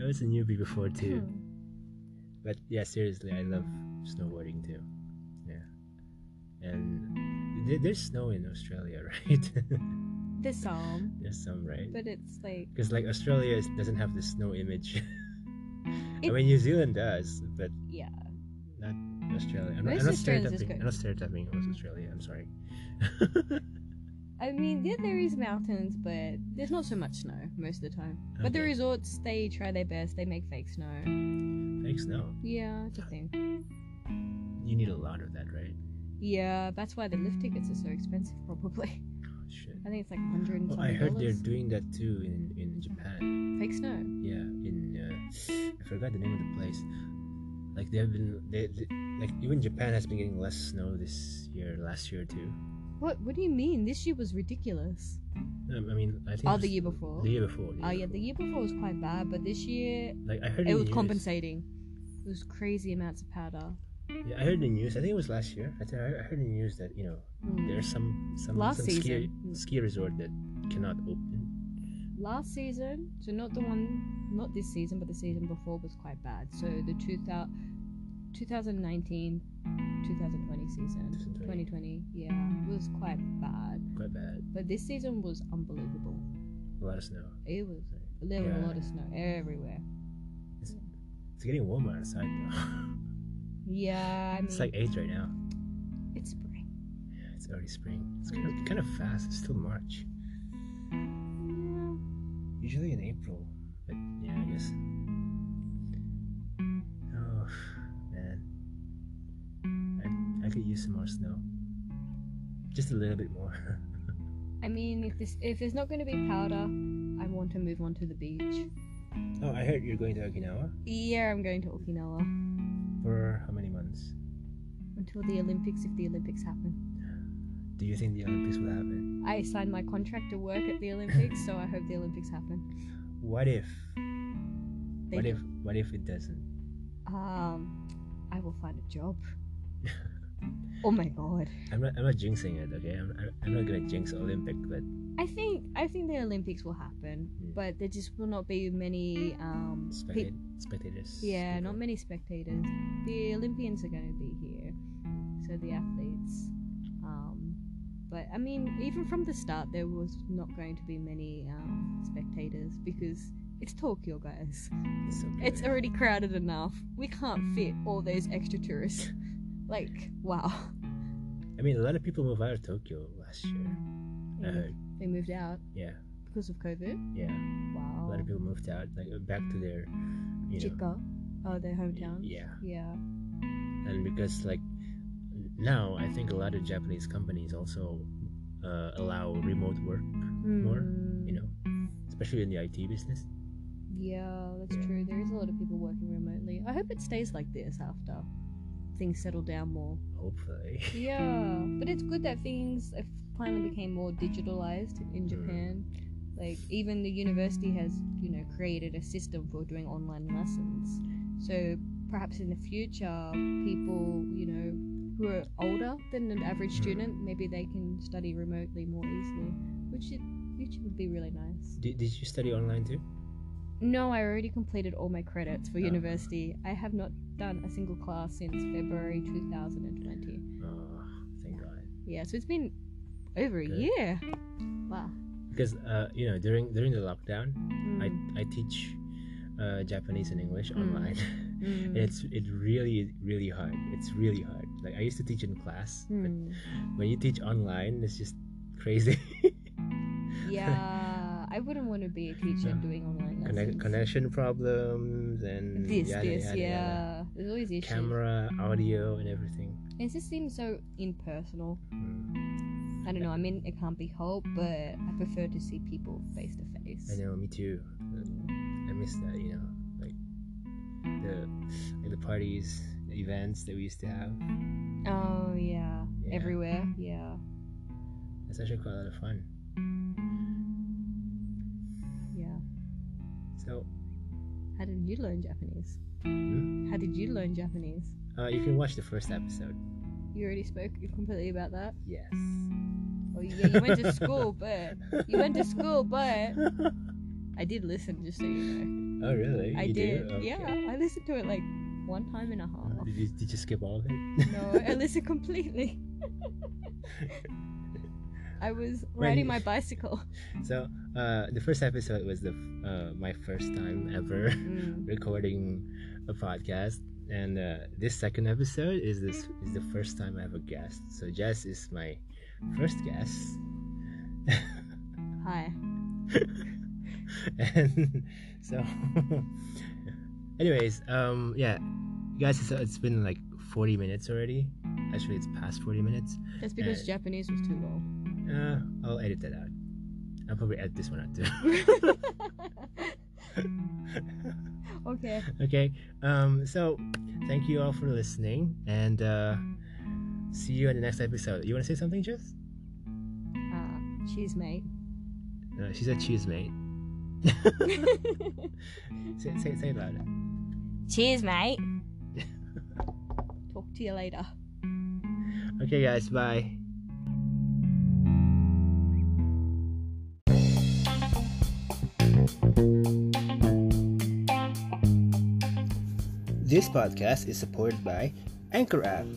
[SPEAKER 1] I was a newbie before too. But yeah, seriously, I love snowboarding too. Yeah, and there, there's snow in Australia, right?
[SPEAKER 2] the psalm,
[SPEAKER 1] there's some, right?
[SPEAKER 2] but it's like
[SPEAKER 1] Because like Australia is- doesn't have the snow image. I
[SPEAKER 2] It-
[SPEAKER 1] mean, New Zealand does, but
[SPEAKER 2] yeah.
[SPEAKER 1] not Australia. I'm, not-
[SPEAKER 2] Most
[SPEAKER 1] I'm not
[SPEAKER 2] Australians just
[SPEAKER 1] stereotyping.
[SPEAKER 2] go-
[SPEAKER 1] I'm not stereotyping. It was Australia. I'm sorry.
[SPEAKER 2] I mean, yeah, there is mountains, but there's not so much snow most of the time. But the
[SPEAKER 1] Okay.
[SPEAKER 2] resorts, they try their best. They make fake snow.
[SPEAKER 1] Fake snow.
[SPEAKER 2] Yeah, it's a thing.
[SPEAKER 1] You need a lot of that, right?
[SPEAKER 2] Yeah, that's why the lift tickets are so expensive. Probably,
[SPEAKER 1] Oh, shit.
[SPEAKER 2] I think it's like hundred and
[SPEAKER 1] Well, I
[SPEAKER 2] something
[SPEAKER 1] heard they're
[SPEAKER 2] dollars.
[SPEAKER 1] doing that too in, in Japan.
[SPEAKER 2] Fake snow.
[SPEAKER 1] Yeah, in uh, I forgot the name of the place. Like they have been, they, they, like even Japan has been getting less snow this year, last year too.
[SPEAKER 2] What? What do you mean? This year was ridiculous.
[SPEAKER 1] Um, I mean, I think
[SPEAKER 2] Oh,
[SPEAKER 1] it
[SPEAKER 2] the
[SPEAKER 1] was
[SPEAKER 2] year before.
[SPEAKER 1] The year before.
[SPEAKER 2] Oh yeah, the
[SPEAKER 1] before.
[SPEAKER 2] year before was quite bad, but this year
[SPEAKER 1] Like I heard in
[SPEAKER 2] it
[SPEAKER 1] the
[SPEAKER 2] was
[SPEAKER 1] news-
[SPEAKER 2] compensating. It was crazy amounts of powder.
[SPEAKER 1] Yeah, I heard the news. I think it was last year. I, think I I heard the news that you know
[SPEAKER 2] Mm.
[SPEAKER 1] there's some some,
[SPEAKER 2] Last
[SPEAKER 1] some ski
[SPEAKER 2] season.
[SPEAKER 1] ski resort that cannot open.
[SPEAKER 2] last season, so not the one, not this season, but the season before was quite bad. So the 2000, 2019 2020 season
[SPEAKER 1] 2020.
[SPEAKER 2] 2020 yeah was quite bad
[SPEAKER 1] Quite bad.
[SPEAKER 2] but this season was unbelievable
[SPEAKER 1] A lot of snow.
[SPEAKER 2] it was there was a
[SPEAKER 1] Yeah.
[SPEAKER 2] lot of snow everywhere
[SPEAKER 1] It's getting warmer outside though.
[SPEAKER 2] yeah I mean
[SPEAKER 1] It's like eight right now.
[SPEAKER 2] it's spring
[SPEAKER 1] Yeah, it's early spring. It's kind of kind of fast. It's still March. Usually in April. But yeah, I guess. Oh man. I, I could use some more snow. Just a little bit more.
[SPEAKER 2] I mean if this if it's not going to be powder I want to move on to the beach
[SPEAKER 1] oh, I heard you're going to Okinawa
[SPEAKER 2] yeah I'm going to Okinawa
[SPEAKER 1] for how many months?
[SPEAKER 2] until the Olympics if the Olympics happen
[SPEAKER 1] Do you think the Olympics will happen?
[SPEAKER 2] I signed my contract to work at the Olympics so I hope the Olympics happen
[SPEAKER 1] What if?
[SPEAKER 2] They
[SPEAKER 1] what
[SPEAKER 2] do.
[SPEAKER 1] if? What if it doesn't?
[SPEAKER 2] um I will find a job oh my god
[SPEAKER 1] I'm not. I'm not jinxing it. Okay. I'm. I'm- I'm not gonna jinx Olympic, but
[SPEAKER 2] I think I think the Olympics will happen,
[SPEAKER 1] Mm.
[SPEAKER 2] but there just will not be many um pe-
[SPEAKER 1] spectat- spectators.
[SPEAKER 2] yeah,
[SPEAKER 1] people.
[SPEAKER 2] not many spectators. The Olympians are going to be here, so the athletes. Um, but I mean, even from the start, there was not going to be many um, spectators because it's Tokyo, guys.
[SPEAKER 1] It's, okay.
[SPEAKER 2] It's already crowded enough. We can't fit all those extra tourists. like, wow.
[SPEAKER 1] I mean, a lot of people moved out of Tokyo last year. I
[SPEAKER 2] Yeah.
[SPEAKER 1] heard.
[SPEAKER 2] They moved out
[SPEAKER 1] Yeah,
[SPEAKER 2] because of COVID.
[SPEAKER 1] yeah. A
[SPEAKER 2] Wow.
[SPEAKER 1] lot of people moved out, like uh, back to their, you know,
[SPEAKER 2] Jika, oh, their hometowns.
[SPEAKER 1] yeah.
[SPEAKER 2] Yeah.
[SPEAKER 1] and because like now, I think a lot of Japanese companies also uh, allow remote work more.
[SPEAKER 2] Hmm.
[SPEAKER 1] You know, especially in the IT business.
[SPEAKER 2] Yeah, that's
[SPEAKER 1] Yeah.
[SPEAKER 2] true. There is a lot of people working remotely. I hope it stays like this after things settle down more.
[SPEAKER 1] Hopefully,
[SPEAKER 2] Yeah, but it's good that things have finally became more digitalized in
[SPEAKER 1] Mm.
[SPEAKER 2] Japan. Like even the university has, you know, created a system for doing online lessons. So perhaps in the future, people, you know, who are older than an average
[SPEAKER 1] Mm.
[SPEAKER 2] student, maybe they can study remotely more easily, which it, which would be really nice.
[SPEAKER 1] did, did you study online too?
[SPEAKER 2] No, I already completed all my credits for
[SPEAKER 1] Oh.
[SPEAKER 2] university. I have not done a single class since February 2020.
[SPEAKER 1] Oh, thank God.
[SPEAKER 2] Yeah, so it's been over a
[SPEAKER 1] Good.
[SPEAKER 2] year. Wow.
[SPEAKER 1] Because uh, you know, during during the lockdown,
[SPEAKER 2] Mm,
[SPEAKER 1] I I teach uh, Japanese and English
[SPEAKER 2] Mm.
[SPEAKER 1] online.
[SPEAKER 2] mm,
[SPEAKER 1] It's it really really hard. It's really hard. Like I used to teach in class, but
[SPEAKER 2] mm.
[SPEAKER 1] when you teach online, it's just crazy.
[SPEAKER 2] Yeah, I wouldn't want to be a teacher
[SPEAKER 1] Yeah.
[SPEAKER 2] doing online
[SPEAKER 1] Conne-
[SPEAKER 2] lessons.
[SPEAKER 1] connection problems and
[SPEAKER 2] This,
[SPEAKER 1] yada,
[SPEAKER 2] this,
[SPEAKER 1] yada, yada.
[SPEAKER 2] yeah. There's always issues.
[SPEAKER 1] Camera, audio, and everything.
[SPEAKER 2] It just seems so impersonal.
[SPEAKER 1] Mm.
[SPEAKER 2] I don't know. I mean, it can't be helped, but I prefer to see people face to
[SPEAKER 1] I
[SPEAKER 2] face.
[SPEAKER 1] know, me too. I miss that, you know, like the like the parties, the events that we used to have.
[SPEAKER 2] Oh yeah,
[SPEAKER 1] Yeah.
[SPEAKER 2] everywhere. Yeah,
[SPEAKER 1] It's actually quite a lot of fun.
[SPEAKER 2] yeah.
[SPEAKER 1] So
[SPEAKER 2] How did you learn Japanese?
[SPEAKER 1] Hmm?
[SPEAKER 2] How did you learn Japanese?
[SPEAKER 1] uh, you can watch the first episode.
[SPEAKER 2] You already spoke completely about that.
[SPEAKER 1] Yes.
[SPEAKER 2] Oh yeah, you went to school, but you went to school, but I did listen, just so you know.
[SPEAKER 1] Oh really?
[SPEAKER 2] I
[SPEAKER 1] You do?
[SPEAKER 2] did.
[SPEAKER 1] Okay.
[SPEAKER 2] Yeah, I listened to it like one time and a
[SPEAKER 1] Uh,
[SPEAKER 2] half.
[SPEAKER 1] Did you, did you skip all of it?
[SPEAKER 2] No, I listened completely. I was
[SPEAKER 1] When
[SPEAKER 2] riding
[SPEAKER 1] you-
[SPEAKER 2] my bicycle.
[SPEAKER 1] So uh, the first episode was the f- uh, my first time ever
[SPEAKER 2] Mm.
[SPEAKER 1] recording a podcast, and uh, this second episode is this is the first time I have a guest. So Jess is my first guest,
[SPEAKER 2] Hi.
[SPEAKER 1] and so anyways, um, yeah, guys, it's, it's been like forty minutes already. Actually, it's past forty minutes.
[SPEAKER 2] That's because
[SPEAKER 1] Uh,
[SPEAKER 2] Japanese was too long.
[SPEAKER 1] Uh, I'll edit that out. I'll probably edit this one out too.
[SPEAKER 2] okay.
[SPEAKER 1] okay um so thank you all for listening and uh see you in the next episode you want to say something jess
[SPEAKER 2] Uh, cheers, mate.
[SPEAKER 1] no, she said cheese mate say, say, say it louder
[SPEAKER 2] cheers, mate. Talk to you later.
[SPEAKER 1] okay guys bye This podcast is supported by Anchor app.